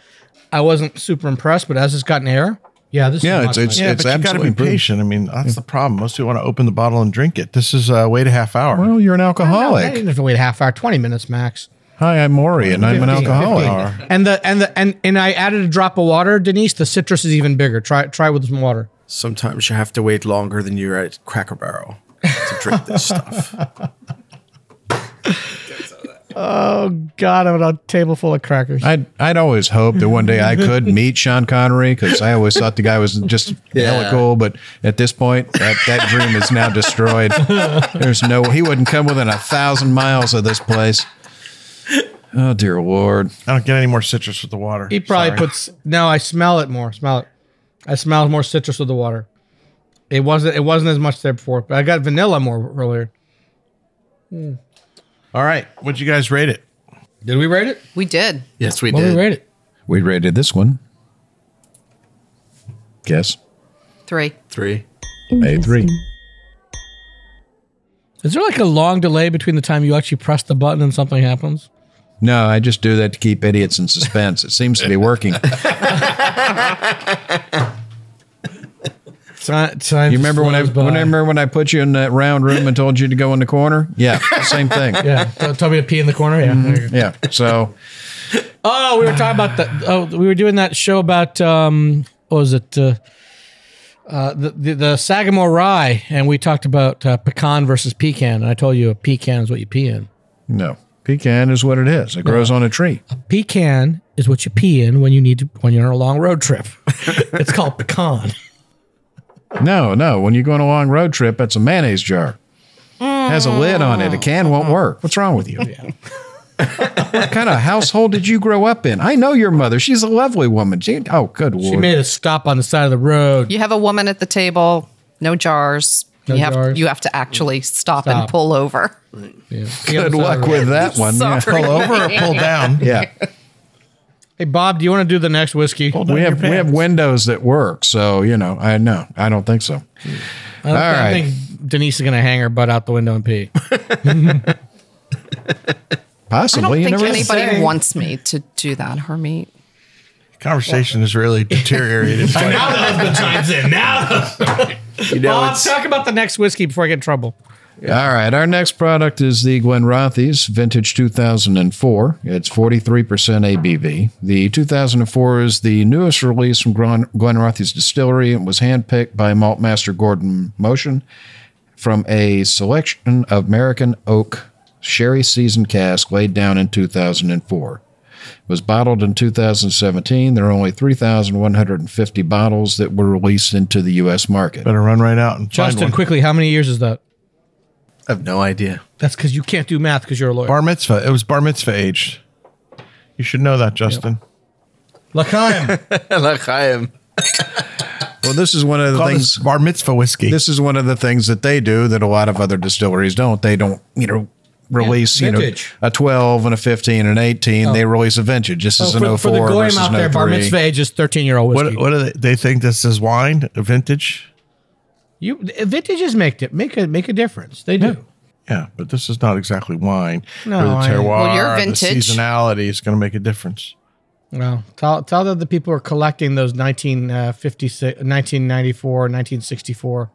Speaker 3: I wasn't super impressed, but as it's gotten air, yeah, this
Speaker 2: Yeah,
Speaker 3: is
Speaker 2: it's-
Speaker 3: much
Speaker 2: it's-
Speaker 3: nicer.
Speaker 4: Yeah,
Speaker 2: it's
Speaker 4: but you got to
Speaker 2: absolutely
Speaker 4: be
Speaker 2: improved.
Speaker 4: patient. I mean, that's the problem. Most people want to open the bottle and drink it. This is uh, wait a half hour.
Speaker 2: Well, you're an
Speaker 3: No, I
Speaker 2: alcoholic.
Speaker 3: didn't have to wait a half hour, twenty minutes max.
Speaker 2: Hi, I'm Maury, and I'm an alcoholic.
Speaker 3: And the and the and and I added a drop of water, Denise. The citrus is even bigger. Try try with some water.
Speaker 7: Sometimes you have to wait longer than you're at Cracker Barrel to drink this stuff.
Speaker 3: God, I'm on a table full of crackers.
Speaker 2: I'd, I'd always hoped that one day I could meet Sean Connery because I always thought the guy was just hella cool. But at this point, that, that dream is now destroyed. There's no, he wouldn't come within a thousand miles of this place. Oh, dear Lord.
Speaker 4: I don't get any more citrus with the water.
Speaker 3: He probably
Speaker 4: Sorry.
Speaker 3: puts. No, I smell it more. Smell it. I smell more citrus with the water. It wasn't. It wasn't as much there before. But I got vanilla more earlier.
Speaker 4: All right, what'd you guys rate it?
Speaker 3: Did we rate it?
Speaker 6: We did.
Speaker 7: Yes, we
Speaker 3: What did
Speaker 7: did.
Speaker 3: we rate it?
Speaker 2: We rated this one. Guess.
Speaker 6: Three.
Speaker 7: Three.
Speaker 2: A three.
Speaker 3: Is there like a long delay between the time you actually press the button and something happens?
Speaker 2: No, I just do that to keep idiots in suspense. It seems to be working. You remember when I, when I remember when I put you in that round room and told you to go in the corner? Yeah, same thing.
Speaker 3: Yeah, t- tell me to pee in the corner. Yeah. there you go.
Speaker 2: Yeah. So
Speaker 3: Oh, we were talking about the. Oh, we were doing that show about um, what was it? Uh, uh, the, the the Sagamore Rye, and we talked about uh, pecan versus pecan, and I told you a pecan is what you pee in.
Speaker 2: no, pecan is what it is. It grows on a tree.
Speaker 3: pecan is what you pee in when you need to, when you're on a long road trip. it's called pecan.
Speaker 2: No, no. When you go on a long road trip, it's a mayonnaise jar. Has a lid on it. A can won't work. What's wrong with you? what kind of household did you grow up in? I know your mother. She's a lovely woman. She, oh, good lord.
Speaker 3: She made a stop on the side of the road.
Speaker 6: You have a woman at the table, no jars. you have
Speaker 3: jars.
Speaker 6: you have to actually stop,
Speaker 3: Stop.
Speaker 6: and pull over.
Speaker 2: good luck with that one. Yeah.
Speaker 6: Sorry.
Speaker 4: Pull over or pull down?
Speaker 2: Yeah.
Speaker 3: Hey Bob, do you want to do the next whiskey?
Speaker 4: Pull down
Speaker 2: We
Speaker 4: your
Speaker 2: have we have
Speaker 4: pants.
Speaker 2: windows that work, so you know. I know. I don't think so.
Speaker 3: I don't,
Speaker 2: All
Speaker 3: I
Speaker 2: right.
Speaker 3: think Denise is gonna hang her butt out the window and pee.
Speaker 6: I don't
Speaker 2: Possibly. You
Speaker 6: think
Speaker 2: never know.
Speaker 6: anybody wants me to do that, Hermit.
Speaker 4: Conversation is really deteriorated.
Speaker 7: You know,
Speaker 3: Bob,
Speaker 7: it's,
Speaker 3: talk about the next whiskey before I get in trouble.
Speaker 2: All right. Our next product is the Glenrothes Vintage 2004. It's 43% ABV. The 2004 is the newest release from Glen, Glenrothes Distillery and was handpicked by Maltmaster Gordon Motion from a selection of American oak sherry seasoned cask laid down in 2004. was bottled in 2017. There are only 3,150 bottles that were released into the U.S. market.
Speaker 4: Better run right out and find
Speaker 3: Justin,
Speaker 4: one.
Speaker 3: quickly, how many years is that?
Speaker 7: I have no idea.
Speaker 3: That's because you can't do math because you're a lawyer.
Speaker 4: Bar mitzvah. It was bar mitzvah aged. You should know that, Justin.
Speaker 3: L'chaim.
Speaker 7: L'chaim.
Speaker 2: well, this is one of the
Speaker 4: Call
Speaker 2: things.
Speaker 4: this bar mitzvah whiskey.
Speaker 2: this is one of the things that they do that a lot of other distilleries don't. They don't, you know, release you know
Speaker 3: vintage.
Speaker 2: a 12 and a 15 and 18. They release a vintage. This is
Speaker 3: So
Speaker 2: an
Speaker 3: Oh,
Speaker 2: 04
Speaker 3: for, for the goyim
Speaker 2: versus
Speaker 3: out
Speaker 2: an
Speaker 3: there, bar
Speaker 2: 03.
Speaker 3: mitzvah age is 13 year old
Speaker 4: what
Speaker 3: whiskey.
Speaker 4: what do they, they think this is wine? A vintage?
Speaker 3: You vintages make it make a make a difference. They do.
Speaker 4: Yeah, but this is not exactly wine.
Speaker 3: No,
Speaker 4: Or the
Speaker 3: I-
Speaker 4: terroir,
Speaker 6: Well, your
Speaker 4: or the
Speaker 6: vintage-
Speaker 4: seasonality is going to make a difference.
Speaker 3: Well, tell tell that the people who are collecting those uh, 1956, 1994, 1964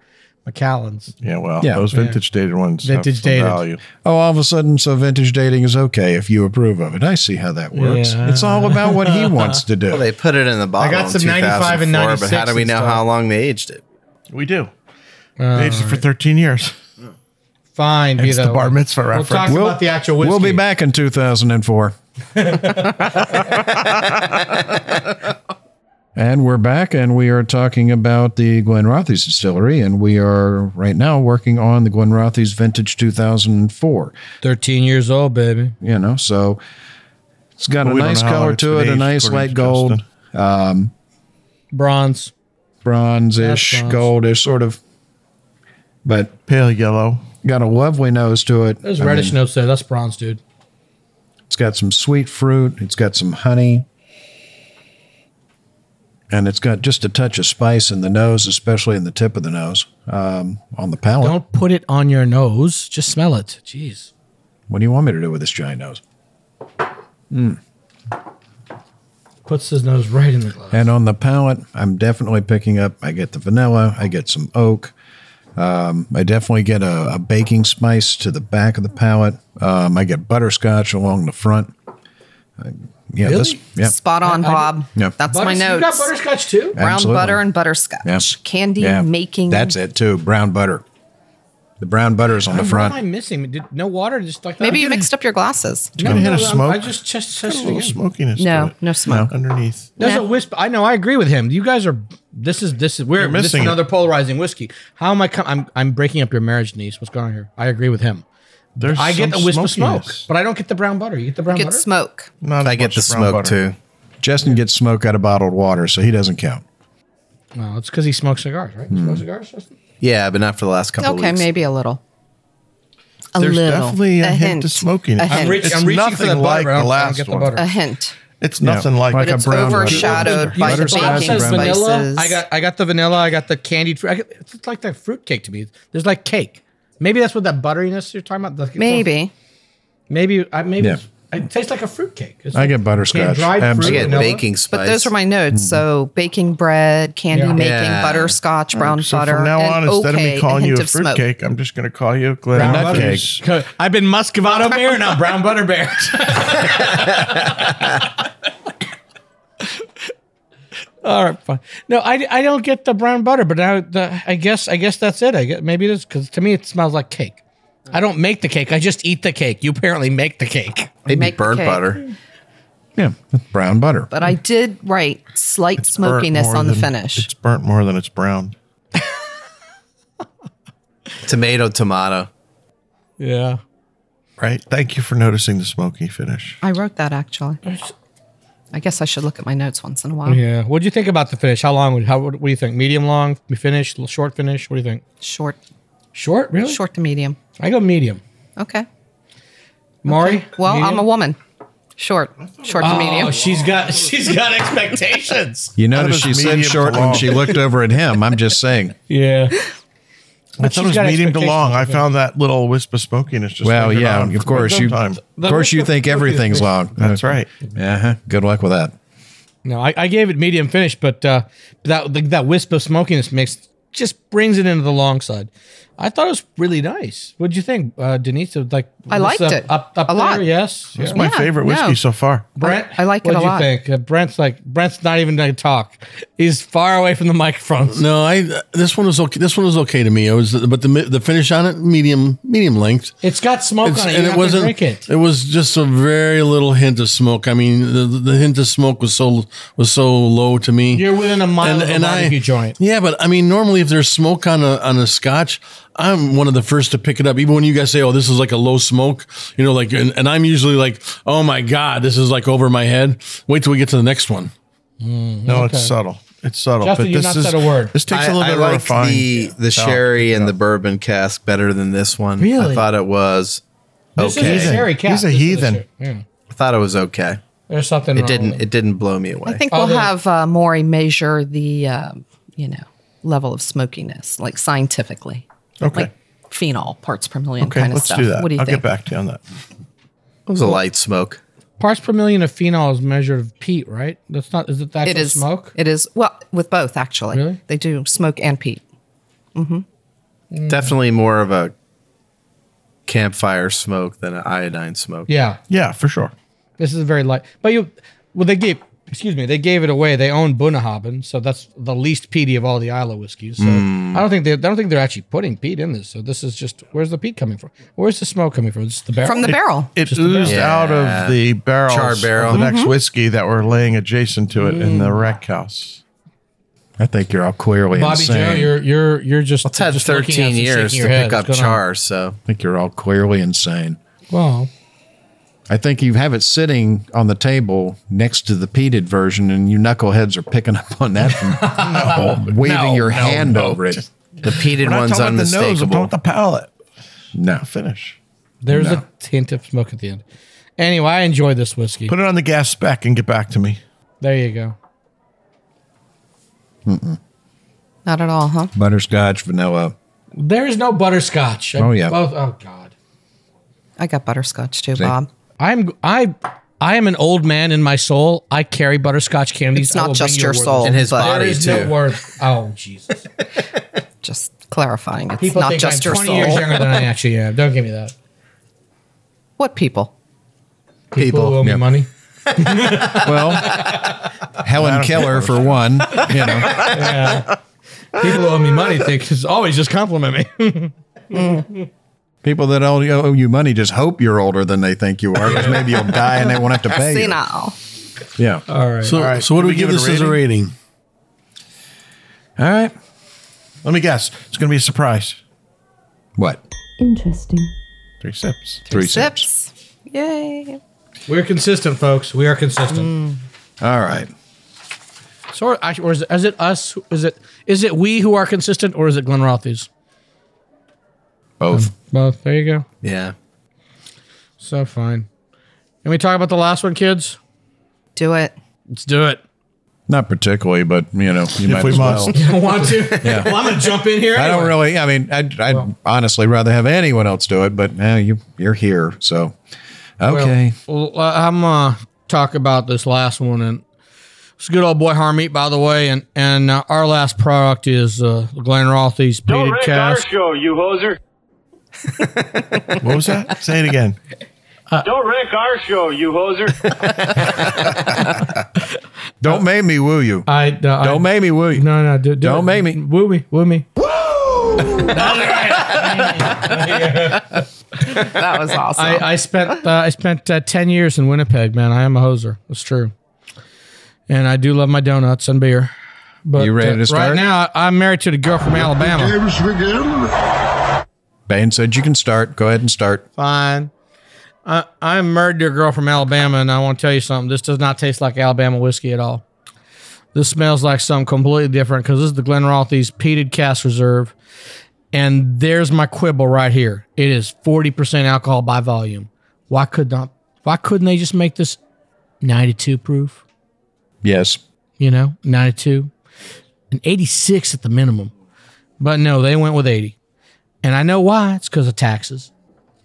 Speaker 3: Macallans.
Speaker 4: Yeah, well,
Speaker 2: Yeah.
Speaker 4: Oh, those vintage dated ones
Speaker 3: Vintage
Speaker 4: have some
Speaker 3: dated.
Speaker 4: value.
Speaker 2: Oh, all of a sudden, so vintage dating is okay if you approve of it. I see how that works.
Speaker 3: Yeah.
Speaker 2: It's all about what he wants to do.
Speaker 7: Well, they put it in the bottle.
Speaker 3: got
Speaker 7: in
Speaker 3: some 95 and
Speaker 7: 2004, But how
Speaker 3: 96
Speaker 7: do we
Speaker 3: and
Speaker 7: know
Speaker 3: stuff.
Speaker 7: how long they aged it?
Speaker 4: We do. They aged it for 13 years.
Speaker 3: Fine, be
Speaker 4: It's the
Speaker 3: that
Speaker 4: bar
Speaker 3: way.
Speaker 4: mitzvah
Speaker 3: Uh, We'll
Speaker 4: reference.
Speaker 3: talk about the actual whiskey.
Speaker 2: We'll be back in 2004. and we're back, and we are talking about the Glenrothes distillery, and we are right now working on the Glenrothes Vintage 2004.
Speaker 3: 13 years old, baby.
Speaker 2: You know, so it's got
Speaker 4: But
Speaker 2: a
Speaker 4: we don't
Speaker 2: nice
Speaker 4: know how
Speaker 2: color
Speaker 4: it's
Speaker 2: to
Speaker 4: been
Speaker 2: it, a
Speaker 4: aged
Speaker 2: nice
Speaker 4: according
Speaker 2: light
Speaker 4: to
Speaker 2: gold,
Speaker 4: Justin.
Speaker 3: Bronze.
Speaker 2: bronzish,
Speaker 3: That's bronze.
Speaker 2: goldish sort of, but
Speaker 4: Pale yellow.
Speaker 2: got a lovely nose to it.
Speaker 3: There's
Speaker 2: I mean,
Speaker 3: reddish notes there. That's bronze, dude.
Speaker 2: It's got some sweet fruit. It's got some honey. And it's got just a touch of spice in the nose, especially in the tip of the nose um, on the palate.
Speaker 3: Don't put it on your nose. Just smell it. Jeez.
Speaker 2: What do you want me to do with this giant nose?
Speaker 3: Puts his nose right in the glass.
Speaker 2: And on the palate, I'm definitely picking up. I get the vanilla. I get some oak. Um, I definitely get a, a baking spice to the back of the palate. Um, I get butterscotch along the front. Uh, yeah, this. Yeah,
Speaker 6: Spot on, Bob.
Speaker 2: Yeah.
Speaker 6: That's my
Speaker 3: Butters- You
Speaker 6: notes.
Speaker 3: got butterscotch too?
Speaker 6: Brown
Speaker 2: Absolutely.
Speaker 6: butter and butterscotch.
Speaker 2: yeah.
Speaker 6: Candy
Speaker 2: Yeah.
Speaker 6: making.
Speaker 2: That's it too. Brown butter. The brown butter's on the
Speaker 3: What am
Speaker 2: front.
Speaker 3: I missing? Did, no water? Just like that?
Speaker 6: Maybe you mixed up your glasses.
Speaker 4: It's going to hit a
Speaker 3: I'm-
Speaker 4: smoke.
Speaker 3: I just just,
Speaker 4: Got a
Speaker 3: just
Speaker 4: little smokiness.
Speaker 6: No,
Speaker 4: to it.
Speaker 6: no smoke.
Speaker 4: Underneath.
Speaker 3: There's a
Speaker 6: Nah.
Speaker 3: whisp. I know. I agree with him. You guys are. This is this is we're
Speaker 4: You're
Speaker 3: missing
Speaker 4: missing it.
Speaker 3: another polarizing whiskey. How am I? Com- I'm I'm breaking up your marriage, niece. What's going on here? I agree with him.
Speaker 4: There's
Speaker 3: I get the
Speaker 4: some
Speaker 3: wisp of smoke,
Speaker 4: smokiness.
Speaker 3: but I don't get the brown butter. You get the brown
Speaker 6: Get
Speaker 3: butter.
Speaker 6: smoke.
Speaker 4: Not
Speaker 7: I
Speaker 4: as much
Speaker 7: get the
Speaker 4: brown
Speaker 7: smoke
Speaker 4: butter.
Speaker 7: too.
Speaker 2: Justin gets smoke out of bottled water, so he doesn't count.
Speaker 3: no, it's because he smokes cigars, right? Smoke
Speaker 4: Hmm.
Speaker 3: cigars. Justin?
Speaker 7: Yeah, but not for the last couple.
Speaker 6: Okay,
Speaker 7: weeks.
Speaker 6: maybe a little. A
Speaker 4: There's
Speaker 6: little.
Speaker 4: definitely a, hint, to smoking.
Speaker 6: A hint.
Speaker 3: reach-
Speaker 4: It's
Speaker 3: I'm reaching for
Speaker 4: nothing
Speaker 3: the butter,
Speaker 4: like
Speaker 3: I don't-
Speaker 4: the
Speaker 3: I don't
Speaker 4: last
Speaker 3: get the
Speaker 4: one.
Speaker 3: butter.
Speaker 6: a hint.
Speaker 4: It's nothing like,
Speaker 2: Like
Speaker 6: But
Speaker 4: the
Speaker 6: it's
Speaker 4: brown butter.
Speaker 6: overshadowed by the
Speaker 2: Butterscotch
Speaker 6: baking
Speaker 2: and
Speaker 3: says
Speaker 2: brown butter.
Speaker 6: spices.
Speaker 3: I got I got the vanilla. I got the candied fruit. I get, it's like that fruit cake to me. There's like cake. Maybe that's what that butteriness you're talking about. the-
Speaker 6: Maybe.
Speaker 3: Maybe I maybe
Speaker 2: Yeah.
Speaker 3: it tastes like a fruit cake. It's
Speaker 2: I
Speaker 3: like
Speaker 2: get butterscotch.
Speaker 3: dried fruit.
Speaker 7: I
Speaker 2: Absolutely.
Speaker 7: get
Speaker 3: vanilla.
Speaker 7: baking spice.
Speaker 6: But those are my
Speaker 4: Mm.
Speaker 6: notes. So baking bread, candy
Speaker 3: Yeah.
Speaker 6: making,
Speaker 7: Yeah.
Speaker 6: butterscotch, brown
Speaker 4: So
Speaker 6: butter.
Speaker 4: from now
Speaker 6: and
Speaker 4: on, instead of
Speaker 6: okay,
Speaker 4: me calling you
Speaker 6: hint
Speaker 4: a
Speaker 6: of smoke.
Speaker 4: fruitcake, I'm just going to call you a
Speaker 3: Brown
Speaker 4: Glenn
Speaker 3: butter.
Speaker 4: cake.
Speaker 3: Co- I've been Muscovado Bear, now Brown Butter Bear. All right, fine. No, I, I don't get the brown butter, but I, the, I guess I guess that's it. I guess maybe it is because to me it smells like cake. I don't make the cake; I just eat the cake. You apparently make the cake.
Speaker 7: maybe
Speaker 6: Make the
Speaker 7: burnt
Speaker 6: cake.
Speaker 7: butter.
Speaker 2: Yeah, brown butter.
Speaker 6: But I did write slight
Speaker 4: burnt
Speaker 6: smokiness
Speaker 4: more
Speaker 6: on the
Speaker 4: than-
Speaker 6: finish.
Speaker 4: It's burnt more than it's brown.
Speaker 7: Tomato, tomato.
Speaker 3: Yeah,
Speaker 4: Right. Thank you for noticing the smoky finish.
Speaker 6: I wrote that actually. I guess I should look at my notes once in a while.
Speaker 3: yeah. What do you think about the finish? How long? would- How? What do you think? Medium long finish? Short finish? What do you think?
Speaker 6: Short,
Speaker 3: Short, really?
Speaker 6: short to medium.
Speaker 3: I go medium.
Speaker 6: Okay.
Speaker 3: Maury?
Speaker 6: Well,
Speaker 3: medium?
Speaker 6: I'm a woman. Short, short to medium.
Speaker 3: Oh, she's got she's got expectations.
Speaker 2: You notice she
Speaker 4: does
Speaker 2: said
Speaker 4: medium
Speaker 2: short
Speaker 4: to
Speaker 2: when
Speaker 4: long.
Speaker 2: she looked over at him. I'm just saying.
Speaker 3: Yeah.
Speaker 4: I thought it was
Speaker 3: got
Speaker 4: medium to
Speaker 3: expectations
Speaker 4: long. I
Speaker 3: of it.
Speaker 4: found that little wisp of smokiness. Just
Speaker 2: Well,
Speaker 4: lingered
Speaker 2: yeah,
Speaker 4: on
Speaker 2: of
Speaker 4: for
Speaker 2: course
Speaker 4: quite
Speaker 2: you.
Speaker 4: some "Oh, time.
Speaker 2: Of course you think everything's long.
Speaker 4: That's right.
Speaker 2: Uh-huh. Good luck with that.
Speaker 3: No, I, I gave it medium finish, but uh, that that wisp of smokiness makes just brings it into the long side. I thought it was really nice. What'd you think, uh, Denise? It was Like
Speaker 6: I liked
Speaker 3: It's
Speaker 6: it
Speaker 3: Up, up
Speaker 6: a
Speaker 3: there,
Speaker 6: lot.
Speaker 3: yes.
Speaker 4: It's my
Speaker 6: Yeah,
Speaker 4: favorite whiskey
Speaker 6: no.
Speaker 4: so far.
Speaker 3: Brent,
Speaker 6: I like it
Speaker 3: what'd
Speaker 6: a lot.
Speaker 3: you think? Uh, Brent's like Brent's not even going to talk. He's far away from the microphone.
Speaker 5: No, I this one was okay. This one was okay to me. It was, but the mi- the finish on it medium medium length.
Speaker 3: It's got smoke
Speaker 5: It's-
Speaker 3: on it. You have to drink it.
Speaker 5: was just a very little hint of smoke. I mean, the, the hint of smoke was so was so low to me.
Speaker 3: You're within a mile of a barbecue joint.
Speaker 5: Yeah, but I mean, normally if there's smoke on a on a Scotch, I'm one of the first to pick it up. Even when you guys say, "Oh, this is like a low smoke," you know, like, and, and I'm usually like, "Oh my god, this is like over my head." Wait till we get to the next one.
Speaker 4: No, it's subtle. It's subtle.
Speaker 3: Justin,
Speaker 4: but
Speaker 3: you've
Speaker 4: this
Speaker 3: not
Speaker 4: is,
Speaker 3: said a word.
Speaker 4: This takes a
Speaker 7: I,
Speaker 4: little
Speaker 7: I
Speaker 4: bit of
Speaker 7: like
Speaker 4: refine.
Speaker 7: the the
Speaker 4: So-
Speaker 7: sherry and the bourbon cask better than this one.
Speaker 3: Really?
Speaker 7: I thought it was
Speaker 3: This
Speaker 7: okay.
Speaker 3: is a sherry cat.
Speaker 4: He's a
Speaker 3: This is
Speaker 4: heathen.
Speaker 3: sher- yeah.
Speaker 7: I thought it was okay.
Speaker 3: There's something.
Speaker 7: It
Speaker 3: wrong
Speaker 7: didn't
Speaker 3: with
Speaker 7: it didn't blow me away.
Speaker 6: I think
Speaker 3: Oh,
Speaker 6: we'll
Speaker 3: the-
Speaker 6: have uh, Maury measure the, um, you know, level of smokiness, like scientifically,
Speaker 4: Okay.
Speaker 6: like phenol parts per million
Speaker 4: okay.
Speaker 6: kind of
Speaker 4: Let's
Speaker 6: stuff.
Speaker 4: do that.
Speaker 6: What do you
Speaker 4: I'll
Speaker 6: think?
Speaker 4: get back to you on that.
Speaker 7: it was a light smoke.
Speaker 3: parts per million of phenol is measured of peat, right? That's not. Is it that
Speaker 6: It is
Speaker 3: smoke?
Speaker 6: It is well with both actually.
Speaker 3: Really?
Speaker 6: They do smoke and peat.
Speaker 3: Mm.
Speaker 7: Definitely more of a campfire smoke than an iodine smoke.
Speaker 3: yeah.
Speaker 4: Yeah, for sure.
Speaker 3: This is very light. But you, well, they gave, excuse me, they gave it away. They own Bunahaben, so that's the least peaty of all the Isla whiskeys. So
Speaker 7: Hmm.
Speaker 3: I don't think they, I don't think they're actually putting peat in this. So this is just, where's the peat coming from? Where's the smoke coming from? It's the barrel.
Speaker 6: From the barrel.
Speaker 4: It oozed
Speaker 7: barrel.
Speaker 4: out
Speaker 7: Yeah.
Speaker 4: of the barrel,
Speaker 7: Char barrel.
Speaker 4: of the
Speaker 6: Mm-hmm.
Speaker 4: next whiskey that were laying adjacent to it in the wreck house.
Speaker 2: I think you're all clearly
Speaker 3: Bobby
Speaker 2: insane.
Speaker 3: Joe, you're you're you're just.
Speaker 7: It's had
Speaker 3: just looking at us
Speaker 7: 13
Speaker 3: and
Speaker 7: years
Speaker 3: shaking
Speaker 7: to
Speaker 3: your head.
Speaker 7: pick up
Speaker 3: What's going on?
Speaker 7: char, so
Speaker 2: I think you're all clearly insane.
Speaker 3: Well,
Speaker 2: I think you have it sitting on the table next to the peated version, and you knuckleheads are picking up on that, from waving
Speaker 4: No,
Speaker 2: your
Speaker 4: no,
Speaker 2: hand
Speaker 4: no.
Speaker 2: over it.
Speaker 7: the peated
Speaker 4: We're not
Speaker 7: one's
Speaker 4: talking about the nose, we're talking
Speaker 7: unmistakable.
Speaker 4: about the palate.
Speaker 2: No,
Speaker 4: Finish.
Speaker 3: there's a tint of smoke at the end. Anyway, I enjoy this whiskey.
Speaker 4: Put it on the gas spec and get back to me.
Speaker 3: there you go.
Speaker 6: Not at all, huh?
Speaker 2: butterscotch, vanilla.
Speaker 3: There is no butterscotch.
Speaker 2: Oh, yeah.
Speaker 3: Both, oh God.
Speaker 6: I got butterscotch too, Bob.
Speaker 3: I'm I I am an old man in my soul. I carry butterscotch candies.
Speaker 6: It's
Speaker 3: I will
Speaker 6: not
Speaker 3: bring
Speaker 6: just
Speaker 3: you
Speaker 6: your
Speaker 3: a word.
Speaker 6: soul.
Speaker 7: And his
Speaker 6: but
Speaker 7: body.
Speaker 3: There is
Speaker 7: too.
Speaker 3: no word. Oh Jesus!
Speaker 6: Just clarifying, it's
Speaker 3: People
Speaker 6: not
Speaker 3: think
Speaker 6: just
Speaker 3: I'm
Speaker 6: your
Speaker 3: 20 years
Speaker 6: soul.
Speaker 3: younger than I actually am. Don't give me that.
Speaker 6: What people?
Speaker 3: People who owe me
Speaker 2: yeah.
Speaker 3: money.
Speaker 2: Well, Helen Keller for one. You know,
Speaker 3: Yeah. People who owe me money think it's always just compliment me.
Speaker 2: people that owe you- owe you money just hope you're older than they think you are, because maybe you'll die and they won't have to pay.
Speaker 6: See
Speaker 2: you.
Speaker 6: now.
Speaker 2: Yeah. All
Speaker 3: right.
Speaker 5: So, so what
Speaker 4: Can
Speaker 5: do we,
Speaker 4: we give
Speaker 5: give
Speaker 4: it a
Speaker 5: this as a rating?
Speaker 2: right.
Speaker 4: Let me guess. It's going to be a surprise.
Speaker 2: What?
Speaker 8: Interesting.
Speaker 4: Three sips.
Speaker 2: Three
Speaker 6: Sips. Yay.
Speaker 3: We're consistent, folks. We are consistent.
Speaker 2: All right.
Speaker 3: So, or, or is, it, is it us? who- Is it is it we who are consistent, or is it Glenn Rothys?
Speaker 2: Both.
Speaker 3: Both. There you go.
Speaker 7: Mm-hmm. yeah.
Speaker 3: So fine. Can we talk about the last one, kids?
Speaker 6: Do it.
Speaker 3: Let's do it.
Speaker 2: Not particularly, but you know, you might
Speaker 4: we
Speaker 2: as well.
Speaker 4: must.
Speaker 3: Don't want to? Well, I'm gonna jump in here.
Speaker 2: I don't
Speaker 3: anyway.
Speaker 2: really. I mean, I'd, I'd honestly rather have anyone else do it, but now you you're here, so okay.
Speaker 3: Well, I- I'm uh talk about this last one and it's good old boy Harmeet, by the way, and and uh, our last product is uh, Glenn Rothie's peated cask.
Speaker 10: show, you hoser.
Speaker 4: What was that? Say it again.
Speaker 10: Don't wreck our show, you hoser.
Speaker 2: Don't make me woo you.
Speaker 3: I uh, I,
Speaker 2: Don't make me woo you.
Speaker 3: no no do, do
Speaker 2: Don't
Speaker 3: it.
Speaker 2: make me.
Speaker 3: woo me woo me.
Speaker 6: That was awesome.
Speaker 3: I, I spent uh, I spent uh, ten years in Winnipeg, man. I am a hoser. It's true, and I do love my donuts and beer. But uh,
Speaker 2: You ready to
Speaker 3: Right
Speaker 2: start?
Speaker 3: now, I'm married to the girl from Alabama.
Speaker 2: Bane said you can start. Go ahead and start.
Speaker 3: fine. I I murdered a girl from Alabama, and I want to tell you something. This does not taste like Alabama whiskey at all. This smells like something completely different because this is the Glenrothes Peated Cask Reserve, and there's my quibble right here. It is 40% alcohol by volume. Why could not? Why couldn't they just make this 92 proof?
Speaker 2: Yes.
Speaker 3: You know, 92 and 86 at the minimum. But no, they went with 80. And I know why. It's because of taxes.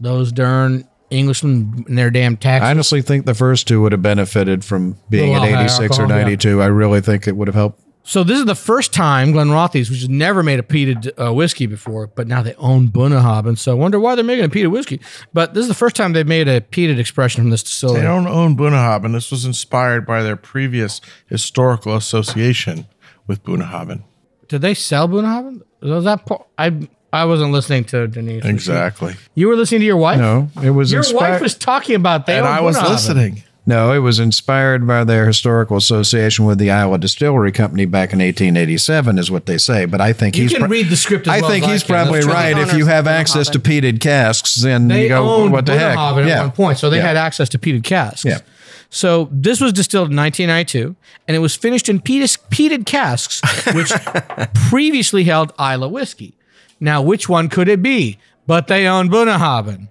Speaker 3: Those darn Englishmen and their damn
Speaker 2: I
Speaker 3: taxes.
Speaker 2: honestly think the first two would have benefited from being
Speaker 3: Little
Speaker 2: at
Speaker 3: high
Speaker 2: 86 or
Speaker 3: alcohol, yeah.
Speaker 2: 92. I really think it would have helped
Speaker 3: So this is the first time Glenrothes, which has never made a peated uh, whiskey before, but now they own Bunahab, and so I wonder why they're making a peated whiskey. But this is the first time they've made a peated expression from this
Speaker 4: They
Speaker 3: distillery.
Speaker 4: don't own Bunahaben. This was inspired by their previous historical association with Bunahaben.
Speaker 3: Did they sell Bunahab? Was that po- I? I wasn't listening to Denise.
Speaker 4: Exactly.
Speaker 3: You were listening to your wife.
Speaker 2: No, it was
Speaker 3: your
Speaker 2: inspired.
Speaker 3: wife was talking about that,
Speaker 4: And I was listening.
Speaker 2: no, it was inspired by their historical association with the Iowa Distillery Company back in 1887, is what they say. But I think
Speaker 3: You
Speaker 2: he's
Speaker 3: can read the script as
Speaker 2: I
Speaker 3: well
Speaker 2: think
Speaker 3: as I
Speaker 2: he's
Speaker 3: can.
Speaker 2: probably
Speaker 3: That's true.
Speaker 2: right. If you
Speaker 6: Honors
Speaker 2: have
Speaker 6: Bunnahaven.
Speaker 2: access to peated casks, then
Speaker 3: They
Speaker 2: you go,
Speaker 3: owned
Speaker 2: what the heck?
Speaker 3: Bunnahaven at
Speaker 2: Yeah.
Speaker 3: one point, so they
Speaker 2: Yeah.
Speaker 3: had access to peated casks.
Speaker 2: Yeah.
Speaker 3: So this was distilled in 1992, and it was finished in peated, peated casks, which previously held Isla whiskey. Now, which one could it be? But they own Bunahaben,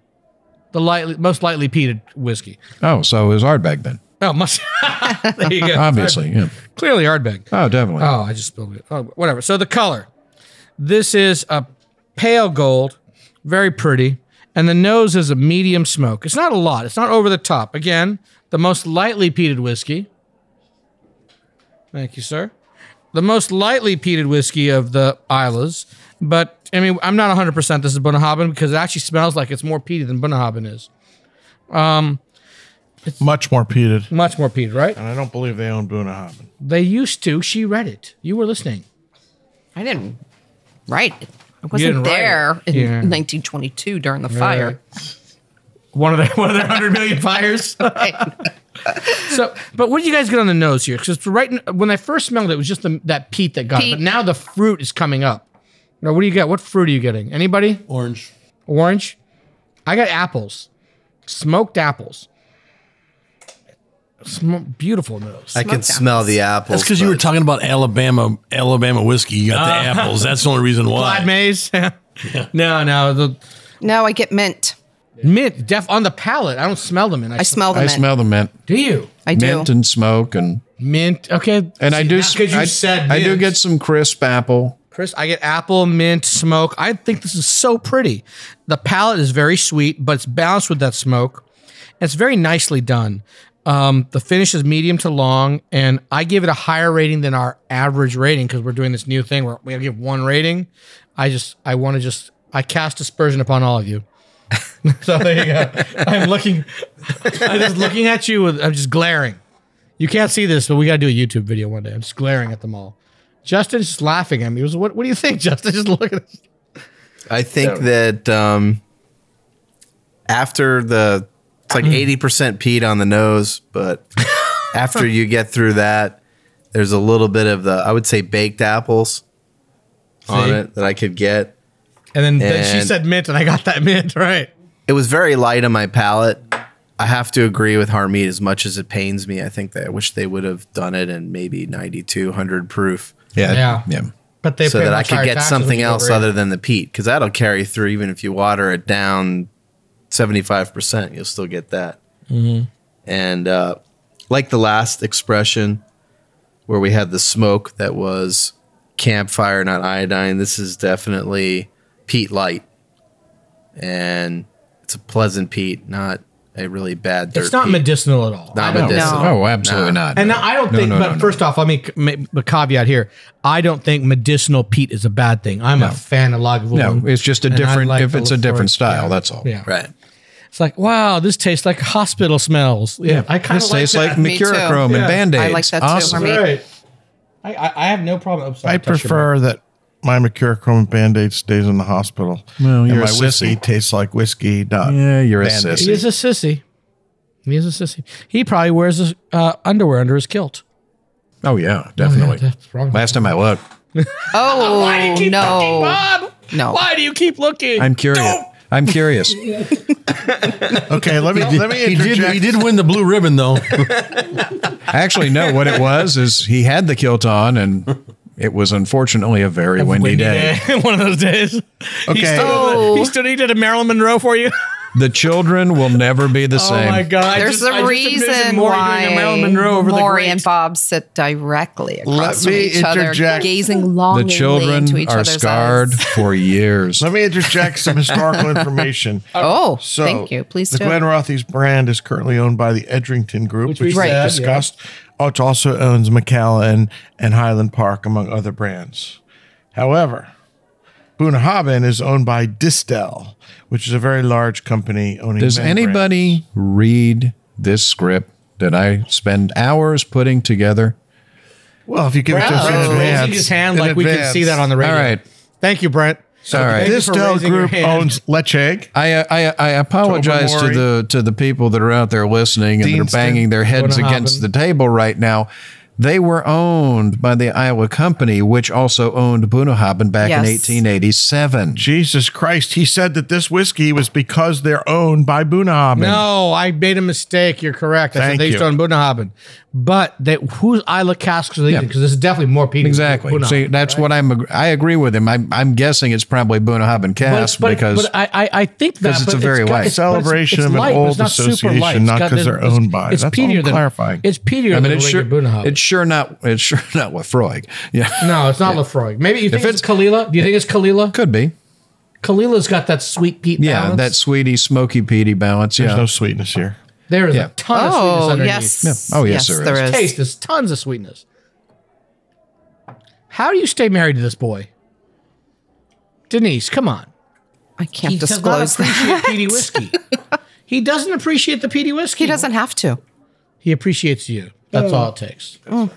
Speaker 3: the lightly, most lightly peated whiskey.
Speaker 2: Oh, so it was Ardbeg then,
Speaker 3: Oh, must there you go.
Speaker 2: obviously. Yeah.
Speaker 3: Clearly, Ardbeg.
Speaker 2: Oh, definitely.
Speaker 3: Oh, I just spilled it. Oh, whatever. So the color. This is a pale gold, very pretty, and the nose is a medium smoke. It's not a lot. It's not over the top. Again, the most lightly peated whiskey. Thank you, sir. The most lightly peated whiskey of the Islas, but I mean, I'm not 100% this is Bunahaben because it actually smells like it's more peated than Bunahaben is.
Speaker 4: Much more peated.
Speaker 3: Much more peated, right?
Speaker 4: And I don't believe they own Bunahaben.
Speaker 3: They used to. She read it. You were listening.
Speaker 6: I didn't write it. I
Speaker 3: didn't
Speaker 6: wasn't
Speaker 3: write
Speaker 6: there
Speaker 3: it.
Speaker 6: in
Speaker 3: Yeah.
Speaker 6: 1922 during the fire.
Speaker 3: One of their one of their hundred million fires. so, but what did you guys get on the nose here? Because right in- when I first smelled it, it was just the, that peat that got it. But
Speaker 6: Peat.
Speaker 3: now the fruit is coming up. Now, what do you get? What fruit are you getting? Anybody?
Speaker 5: Orange.
Speaker 3: Orange. I got apples, smoked apples. Sm- beautiful nose.
Speaker 7: I can smell the apples.
Speaker 5: That's because you were
Speaker 7: but
Speaker 5: talking about Alabama, Alabama whiskey. You got
Speaker 2: Uh-huh.
Speaker 5: the apples. That's the only reason why.
Speaker 3: Glad maize. No, no, the
Speaker 6: No, I get mint.
Speaker 3: mint def on the palate. I don't smell the mint. I,
Speaker 6: I smell the
Speaker 2: I
Speaker 6: mint.
Speaker 2: smell the mint,
Speaker 3: Do you?
Speaker 6: I do.
Speaker 2: mint and smoke, and
Speaker 3: Mint. Okay.
Speaker 2: and I do.
Speaker 3: Because you
Speaker 2: I,
Speaker 3: said
Speaker 2: I do
Speaker 3: mint.
Speaker 2: get some crisp apple.
Speaker 3: Chris, I get apple, mint, smoke. I think this is so pretty. The palette is very sweet, but it's balanced with that smoke. And it's very nicely done. Um, the finish is medium to long, and I give it a higher rating than our average rating because we're doing this new thing where we gotta give one rating. I just, I want to just, I cast aspersion upon all of you. so there you go. I'm looking, I'm just looking at you with, I'm just glaring. You can't see this, but we gotta do a YouTube video one day. I'm just glaring at them all. Justin's just laughing at me. He was, what, what do you think, Justin? Just look at us.
Speaker 7: I think that um, after the it's
Speaker 4: Mm.
Speaker 7: like eighty percent peat on the nose, but after you get through that, there's a little bit of the I would say baked apples on
Speaker 3: See?
Speaker 7: it that I could get.
Speaker 3: And then, then she
Speaker 7: And-
Speaker 3: said mint, and I got that mint, right?
Speaker 7: It was very light on my palate. I have to agree with Harmeet as much as it pains me. I think that I wish they would have done it in maybe 92, 100 proof.
Speaker 3: Yeah.
Speaker 2: yeah.
Speaker 3: But they
Speaker 7: so
Speaker 3: pay
Speaker 7: that I
Speaker 3: much
Speaker 7: could
Speaker 3: higher
Speaker 7: get
Speaker 3: taxes
Speaker 7: something
Speaker 3: when you
Speaker 7: else
Speaker 3: go
Speaker 7: other
Speaker 3: over
Speaker 7: than the peat because that'll carry through even if you water it down 75% you'll still get that
Speaker 3: Mm-hmm.
Speaker 7: and uh, like the last expression where we had the smoke that was campfire not iodine this is definitely peat light and it's a pleasant peat not a really bad dirt
Speaker 3: It's not
Speaker 7: peat.
Speaker 3: medicinal at all. I
Speaker 7: not
Speaker 3: don't-
Speaker 7: medicinal
Speaker 2: Oh, absolutely not.
Speaker 3: And I don't
Speaker 2: No,
Speaker 3: think,
Speaker 2: no,
Speaker 3: but
Speaker 2: no, no.
Speaker 3: first off, let me c- make a caveat here. I don't think medicinal peat is a bad thing. I'm a fan of Lagavulin.
Speaker 2: No, it's just a
Speaker 3: and I'd
Speaker 2: different.
Speaker 3: like
Speaker 2: if
Speaker 3: to
Speaker 2: it's a
Speaker 3: look
Speaker 2: different
Speaker 3: forward-
Speaker 2: style,
Speaker 3: yeah.
Speaker 2: that's all.
Speaker 3: Yeah.
Speaker 7: right
Speaker 3: It's like, wow, this tastes like hospital smells. Yeah. I kind
Speaker 2: This
Speaker 3: of like
Speaker 2: tastes like
Speaker 3: that.
Speaker 6: Me too.
Speaker 2: mercurochrome and
Speaker 3: Yeah.
Speaker 2: band-aids.
Speaker 6: I like that too,
Speaker 2: Awesome.
Speaker 6: Hermit.
Speaker 3: Right. I, I, I have no problem. Oops, sorry,
Speaker 4: I
Speaker 3: touched your mic.
Speaker 4: prefer that my Mercurochrome Band-Aid stays in the hospital.
Speaker 2: Well,
Speaker 4: and
Speaker 2: you're
Speaker 4: my
Speaker 2: a
Speaker 4: whiskey
Speaker 2: sissy.
Speaker 4: tastes like whiskey. Not
Speaker 2: Yeah, you're a
Speaker 4: Band-Aid.
Speaker 2: sissy.
Speaker 3: He is a sissy. He is a sissy. He probably wears his uh, underwear under his kilt.
Speaker 2: Oh yeah, definitely.
Speaker 3: that's wrong.
Speaker 2: Last time I looked,
Speaker 6: Oh, no. No.
Speaker 3: Why do you keep looking?
Speaker 2: I'm curious. I'm curious.
Speaker 4: Okay, let me let me
Speaker 5: He did,
Speaker 4: interject.
Speaker 5: he did win the blue ribbon though.
Speaker 2: I actually know what it was. Is he had the kilt on, and it was unfortunately a very windy, day.
Speaker 3: One of those days. He
Speaker 4: Okay.
Speaker 3: stood,
Speaker 6: Oh.
Speaker 3: he stood. He did a Marilyn Monroe for you. Oh
Speaker 2: The children will never be the same.
Speaker 4: god!
Speaker 6: There's a reason why Maury and Bob sit directly across from
Speaker 4: me
Speaker 6: each other,
Speaker 4: interject.
Speaker 6: gazing
Speaker 2: The
Speaker 6: longingly into
Speaker 2: children
Speaker 6: each
Speaker 2: are
Speaker 6: other's
Speaker 2: scarred
Speaker 6: eyes.
Speaker 2: for years.
Speaker 4: Let me interject some historical information.
Speaker 6: Oh,
Speaker 4: So,
Speaker 6: thank you. Please
Speaker 4: the
Speaker 6: do.
Speaker 4: Glen Rothes brand is currently owned by the Edrington Group, which,
Speaker 3: we
Speaker 4: we
Speaker 3: Right. said,
Speaker 4: discussed. Oh, It also owns McAllen and Highland Park, among other brands. However, Boonhaben is owned by Distel, which is a very large company owning.
Speaker 2: Does
Speaker 4: many brands.
Speaker 2: anybody read this script that I spend hours putting together?
Speaker 4: Well, if you give it to us in
Speaker 3: Brent's Oh, raising
Speaker 4: advance,
Speaker 3: his hand
Speaker 4: in
Speaker 3: like we can
Speaker 4: advance.
Speaker 3: see that on the
Speaker 2: All
Speaker 3: radio.
Speaker 2: right.
Speaker 3: Thank you, Brent.
Speaker 2: All right.
Speaker 3: Thank you for
Speaker 4: Distel
Speaker 3: raising your
Speaker 4: Group
Speaker 3: hand.
Speaker 4: owns Lechegg.
Speaker 2: I, uh, I I apologize to
Speaker 4: Maury.
Speaker 2: the to the people that are out there listening and
Speaker 4: Deanston.
Speaker 2: they're banging their heads
Speaker 3: Wouldn't
Speaker 2: against
Speaker 3: happen.
Speaker 2: the table right now. They were owned by the Iowa Company, which also owned Bunahaben back in
Speaker 6: Yes.
Speaker 2: 1887.
Speaker 4: Jesus Christ! He said that this whiskey was because they're owned by Boonhaben.
Speaker 3: No, I made a mistake. You're correct. I
Speaker 4: Thank
Speaker 3: said they used to
Speaker 4: you.
Speaker 3: own Budenhaben. But that whose Isla casks are they
Speaker 2: Yeah.
Speaker 3: Because there's definitely more people.
Speaker 2: Exactly. See, that's what I'm. ag- I agree with him. I'm, I'm guessing it's probably Bunahaben Cass because
Speaker 3: but I, I, I think that
Speaker 2: because it's
Speaker 3: but
Speaker 2: a very
Speaker 3: got-
Speaker 2: light.
Speaker 3: but but
Speaker 4: Celebration of an
Speaker 3: light, but
Speaker 4: old
Speaker 3: it's not super
Speaker 4: association,
Speaker 3: light. It's
Speaker 4: not
Speaker 3: got
Speaker 4: 'cause
Speaker 3: this-
Speaker 4: they're
Speaker 2: owned
Speaker 3: it's-
Speaker 4: by it.
Speaker 3: It's
Speaker 4: That's all
Speaker 3: peatier
Speaker 4: I'm
Speaker 3: than
Speaker 4: clarifying.
Speaker 3: It's peatier
Speaker 2: I mean
Speaker 3: than
Speaker 2: it's
Speaker 3: the
Speaker 2: sure
Speaker 3: Budenhaben.
Speaker 2: it's sure not it's sure not Lefroy. Yeah,
Speaker 3: no, it's not Lefroy. Maybe you think it's, Kalila. Do you think it's Kalila?
Speaker 2: could be.
Speaker 3: Kalila's got that sweet peat.
Speaker 2: Yeah,
Speaker 3: balance.
Speaker 2: that sweetie, smoky, peaty balance.
Speaker 4: there's
Speaker 2: Yeah.
Speaker 4: no sweetness here.
Speaker 3: there is
Speaker 2: yeah.
Speaker 3: a ton of sweetness
Speaker 6: Oh,
Speaker 3: underneath.
Speaker 6: yes.
Speaker 2: Yeah. Oh, yes, there
Speaker 6: there
Speaker 2: is.
Speaker 6: is.
Speaker 3: taste. There's tons of sweetness. How do you stay married to this boy? Denise, come on.
Speaker 6: I can't
Speaker 3: He does not
Speaker 6: disclose that.
Speaker 3: appreciate peaty whiskey. he doesn't appreciate the peaty whiskey.
Speaker 6: He doesn't have to.
Speaker 3: He appreciates you. That's all it takes. Yeah.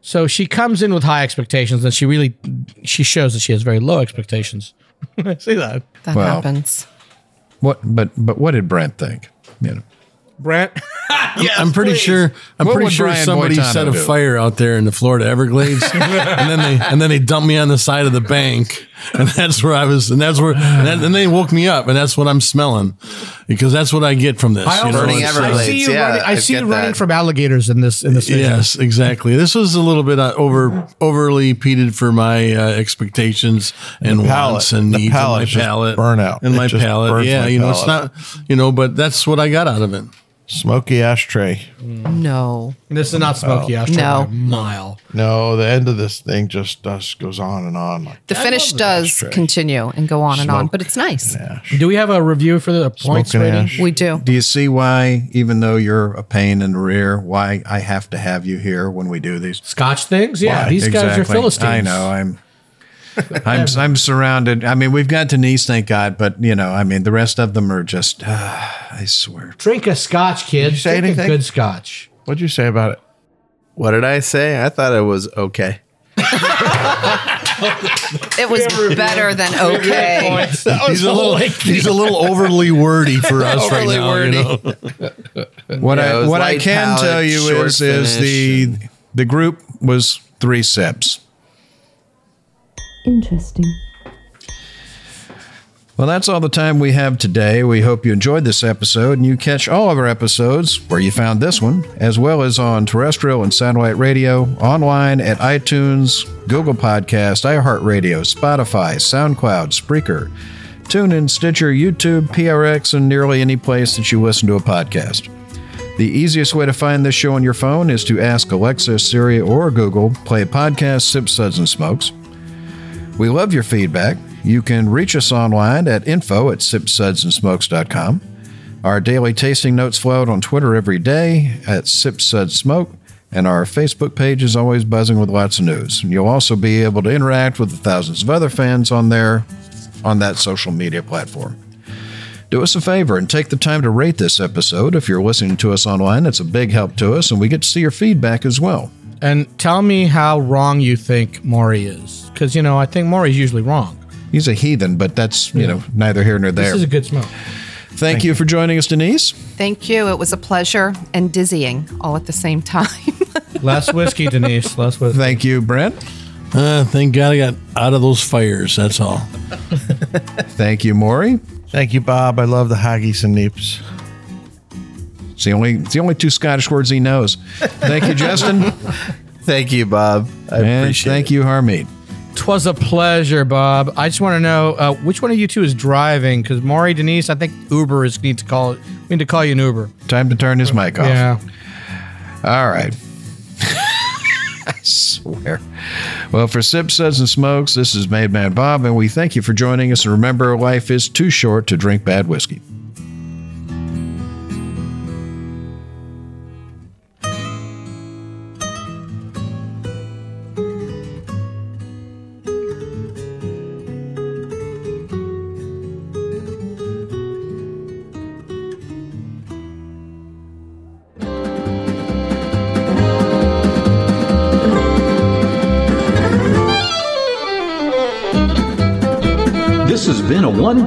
Speaker 3: So she comes in with high expectations, and she really she shows that she has very low expectations. See that,
Speaker 6: That
Speaker 2: Well.
Speaker 6: happens.
Speaker 2: what? But but what did Brent think? You know,
Speaker 3: Brent?
Speaker 5: I'm pretty sure. I'm
Speaker 2: What would
Speaker 5: pretty sure
Speaker 2: Brian
Speaker 5: somebody
Speaker 2: Boitano
Speaker 5: set a
Speaker 2: do?
Speaker 5: fire out there in the Florida Everglades, and then they and then they dumped me on the side of the bank, and that's where I was, and that's where, and, that, and they woke me up, and that's what I'm smelling, because that's what I get from this. you know,
Speaker 7: Burning
Speaker 5: it's-
Speaker 7: Everglades.
Speaker 3: I see you
Speaker 7: Yeah,
Speaker 3: running, I
Speaker 7: I
Speaker 3: see you
Speaker 7: get
Speaker 3: running
Speaker 7: that.
Speaker 3: from alligators in this in this. video.
Speaker 5: Yes, exactly. This was a little bit uh, over overly peated for my uh, expectations and
Speaker 4: palate.
Speaker 5: wants and
Speaker 4: The
Speaker 5: needs
Speaker 4: palate
Speaker 5: and
Speaker 4: just
Speaker 5: my palate
Speaker 4: burn out.
Speaker 5: and
Speaker 4: It
Speaker 5: my
Speaker 4: just
Speaker 5: palate.
Speaker 4: burns
Speaker 5: Yeah,
Speaker 4: my
Speaker 5: you know, it's
Speaker 4: palate.
Speaker 5: not, you know, but that's what I got out of it.
Speaker 4: Smoky ashtray.
Speaker 6: No.
Speaker 3: This is not smoky ashtray.
Speaker 6: No.
Speaker 3: by a mile.
Speaker 4: No, the end of this thing just just goes on and on. Like
Speaker 6: The finish
Speaker 4: the
Speaker 6: does
Speaker 4: ashtray.
Speaker 6: continue and go on and on, but it's nice.
Speaker 4: ash.
Speaker 3: Do we have a review for the points
Speaker 4: Smoking
Speaker 3: rating?
Speaker 4: ash.
Speaker 6: We do.
Speaker 2: do you see why, even though you're a pain in the rear, why I have to have you here when we do these?
Speaker 3: Scotch things? Yeah,
Speaker 2: Why?
Speaker 3: these guys are
Speaker 2: Exactly.
Speaker 3: Philistines.
Speaker 2: I know. I'm. I'm I'm surrounded. I mean, we've got Denise, thank God, but you know, I mean, the rest of them are just. uh, I swear.
Speaker 3: Drink a scotch, kids.
Speaker 4: say
Speaker 3: Drink a
Speaker 4: anything?
Speaker 3: good scotch.
Speaker 4: What'd you say about it?
Speaker 7: What did I say? I thought it was okay.
Speaker 6: It was better than okay.
Speaker 5: He's a little, he's a little overly wordy for us right now. You know?
Speaker 2: What
Speaker 7: Yeah, it
Speaker 2: I
Speaker 7: was
Speaker 2: what I
Speaker 7: light
Speaker 2: can
Speaker 7: palette,
Speaker 2: tell you
Speaker 7: short
Speaker 2: is is the
Speaker 7: finish,
Speaker 2: the group was three sips.
Speaker 9: Interesting.
Speaker 2: Well, that's all the time we have today. We hope you enjoyed this episode and you catch all of our episodes where you found this one, as well as on terrestrial and satellite radio, online at iTunes, Google Podcast, iHeartRadio, Spotify, SoundCloud, Spreaker, TuneIn, Stitcher, YouTube, PRX, and nearly any place that you listen to a podcast. The easiest way to find this show on your phone is to ask Alexa, Siri, or Google, play podcast Sip Suds and Smokes. We love your feedback. You can reach us online at info at sipsudsandsmokes.com. Our daily tasting notes flow out on Twitter every day at sipsudsmoke, and our Facebook page is always buzzing with lots of news. And You'll also be able to interact with the thousands of other fans on there on that social media platform. Do us a favor and take the time to rate this episode. If you're listening to us online, it's a big help to us, and we get to see your feedback as well.
Speaker 3: And tell me how wrong you think Maury is. Because, you know, I think Maury's usually wrong.
Speaker 2: He's a heathen, but that's, you know, neither here nor there.
Speaker 3: This is a good smell.
Speaker 2: Thank you for joining us, Denise.
Speaker 6: Thank you. It was a pleasure and dizzying all at the same time.
Speaker 3: Less whiskey, Denise. Less whiskey.
Speaker 2: Thank you, Brent.
Speaker 5: Uh, thank God I got out of those fires. That's all.
Speaker 2: Thank you, Maury.
Speaker 4: Thank you, Bob. I love the haggis and neeps.
Speaker 2: It's the only it's the only two Scottish words he knows. Thank you, Justin.
Speaker 7: Thank you, Bob. I
Speaker 2: and
Speaker 7: appreciate
Speaker 2: thank
Speaker 7: it.
Speaker 2: you, Harmeet.
Speaker 3: Twas a pleasure, Bob. I just want to know uh, which one of you two is driving because Maury Denise, I think Uber is need to call. We need to call you an Uber.
Speaker 2: Time to turn his mic off.
Speaker 3: Yeah.
Speaker 2: All right. I swear. Well, for Sip Suds and Smokes, this is Made Man Bob, and we thank you for joining us. And remember, life is too short to drink bad whiskey.
Speaker 1: This has been a one